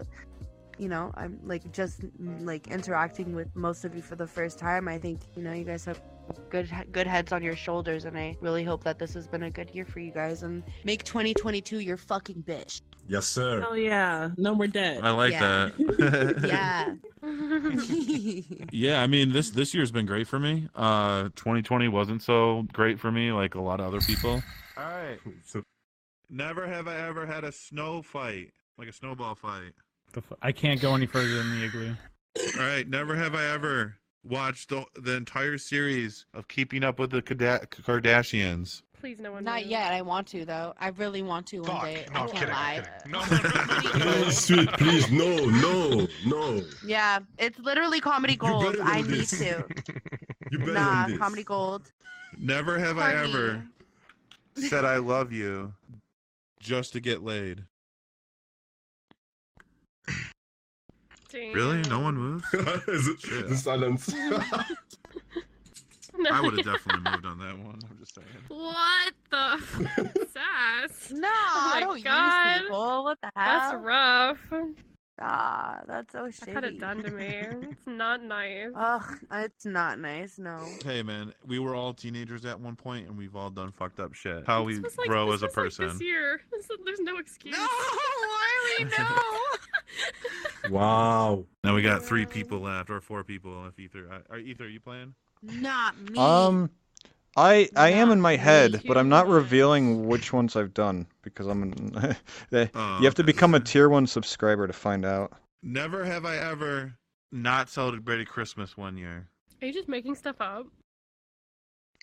Speaker 2: you know, I'm like just mm, like interacting with most of you for the first time. I think, you know, you guys have good good heads on your shoulders and I really hope that this has been a good year for you guys and make 2022 your fucking bitch.
Speaker 4: Yes, sir.
Speaker 2: Oh,
Speaker 4: *laughs*
Speaker 8: Hell Oh, yeah, no more debt.
Speaker 1: I like
Speaker 2: Yeah.
Speaker 1: that.
Speaker 2: *laughs*
Speaker 1: *laughs*
Speaker 2: Yeah.
Speaker 1: Yeah, I mean this this year's been great for me. Uh 2020 wasn't so great for me like a lot of other people. All right.
Speaker 4: So,
Speaker 1: Never have I ever had a snow fight, like a snowball fight.
Speaker 9: The f- I can't go any further than
Speaker 2: *laughs*
Speaker 9: the igloo.
Speaker 1: All right, never have I ever watched the, the entire series of Keeping Up with the Kada- Kardashians.
Speaker 7: Please, no one.
Speaker 2: Not
Speaker 7: knows.
Speaker 2: yet. I want to though. I really want to one
Speaker 3: Fuck.
Speaker 2: day.
Speaker 3: No,
Speaker 2: I
Speaker 3: I'm
Speaker 2: can't
Speaker 3: kidding.
Speaker 2: lie.
Speaker 3: I'm kidding. No, no, no, no,
Speaker 4: *laughs*
Speaker 3: no.
Speaker 4: sweet, please, no, no, no.
Speaker 2: Yeah, it's literally comedy
Speaker 4: You
Speaker 2: gold.
Speaker 4: better
Speaker 2: I
Speaker 4: than
Speaker 2: need
Speaker 4: this.
Speaker 2: to.
Speaker 4: *laughs* You better
Speaker 2: Nah,
Speaker 4: on this.
Speaker 2: comedy gold.
Speaker 1: Never have I
Speaker 2: Honey.
Speaker 1: ever said I love you just to get laid.
Speaker 7: Damn.
Speaker 1: Really?
Speaker 7: *laughs*
Speaker 1: No one
Speaker 4: *laughs*
Speaker 1: moves?
Speaker 4: the,
Speaker 1: Shit.
Speaker 4: the silence.
Speaker 7: No.
Speaker 1: I *laughs* would have definitely moved on that one. I'm just saying.
Speaker 7: What
Speaker 1: *laughs*
Speaker 7: the f-
Speaker 2: *laughs*
Speaker 7: sass?
Speaker 2: No,
Speaker 7: my
Speaker 2: I don't
Speaker 7: God.
Speaker 2: use people. What the hell?
Speaker 7: That's rough.
Speaker 2: Ah, that's so
Speaker 7: I've
Speaker 2: shitty.
Speaker 7: had it done to me. It's not nice.
Speaker 2: Ugh, it's not nice. No.
Speaker 1: Hey man, we were all teenagers at one point, and we've all done fucked up shit. How
Speaker 7: This
Speaker 1: we
Speaker 7: was like-
Speaker 1: grow
Speaker 7: this
Speaker 1: as a
Speaker 7: was like
Speaker 1: person.
Speaker 7: this year. This- there's no excuse.
Speaker 2: why *laughs*
Speaker 1: we
Speaker 4: wow.
Speaker 1: now we got three people left, or four people. If Ether, I- are Ether, are you playing?
Speaker 2: Not me.
Speaker 11: Um, I I am in my
Speaker 7: Not
Speaker 11: head, but I'm not
Speaker 7: human.
Speaker 11: revealing which ones I've done because I'm. an- *laughs* they-
Speaker 1: Oh,
Speaker 11: you have to
Speaker 1: okay.
Speaker 11: become a tier one subscriber to find out.
Speaker 1: Never have I ever not celebrated Christmas one year.
Speaker 7: Are you just making stuff up?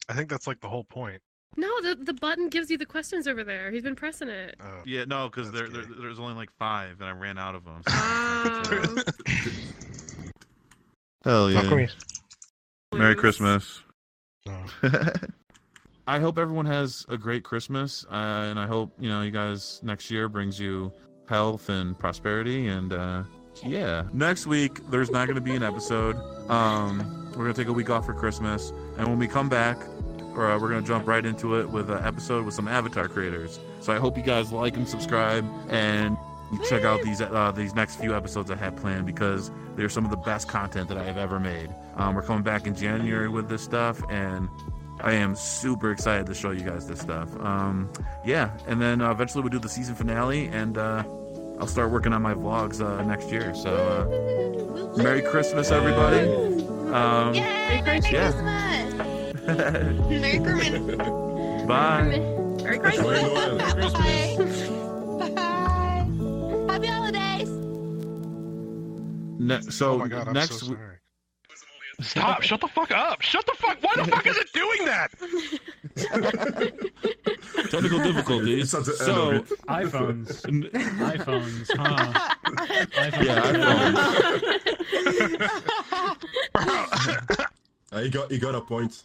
Speaker 3: I think that's like the whole point.
Speaker 7: No, the the button gives you the questions over there. He's been pressing
Speaker 3: *laughs*
Speaker 7: it.
Speaker 3: Uh,
Speaker 1: Yeah, no, because there,
Speaker 3: That's
Speaker 1: there
Speaker 3: gay.
Speaker 1: there's only like five, and I ran out of them.
Speaker 7: *laughs* Oh.
Speaker 1: Hell
Speaker 3: How come you-
Speaker 1: Merry
Speaker 7: Please.
Speaker 1: Christmas.
Speaker 3: No.
Speaker 1: *laughs* I hope everyone has a great Christmas, uh, and I hope you know you guys next year brings you health and prosperity. And uh, yeah, next week there's not going to be an episode. Um, we're gonna take a week off for Christmas, and when we come back, or, uh, we're gonna jump right into it with an episode with some Avatar creators. So I hope you guys like and subscribe and check out these uh, these next few episodes I have planned because they're some of the best content that I have ever made. Um, we're coming back in January with this stuff, and I am super excited to show you guys this stuff. Um, yeah, and then uh, eventually we'll do the season finale, and uh, I'll start working on my vlogs uh, next year. So uh, Merry Christmas, everybody. Um,
Speaker 13: Yay! Merry
Speaker 1: Yeah.
Speaker 13: Christmas! Merry Christmas!
Speaker 1: Bye.
Speaker 7: Christmas.
Speaker 14: Merry
Speaker 4: Merry
Speaker 14: Christmas.
Speaker 4: Noel.
Speaker 2: Bye. Bye. Happy holidays.
Speaker 1: Ne- so
Speaker 3: oh my god, I'm
Speaker 1: next
Speaker 3: so
Speaker 1: we-
Speaker 3: sorry. Stop! Shut the fuck up! Shut the fuck! Why the fuck is it doing that?
Speaker 1: technical difficulties.
Speaker 4: *laughs* It's at the end
Speaker 1: so
Speaker 4: of
Speaker 9: iPhones.
Speaker 1: n-
Speaker 9: iPhones,
Speaker 2: *laughs*
Speaker 9: huh? iPhones.
Speaker 1: yeah, iPhones.
Speaker 8: *laughs*
Speaker 2: *laughs*
Speaker 4: Uh, he got he got a point.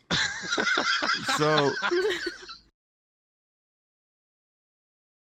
Speaker 1: so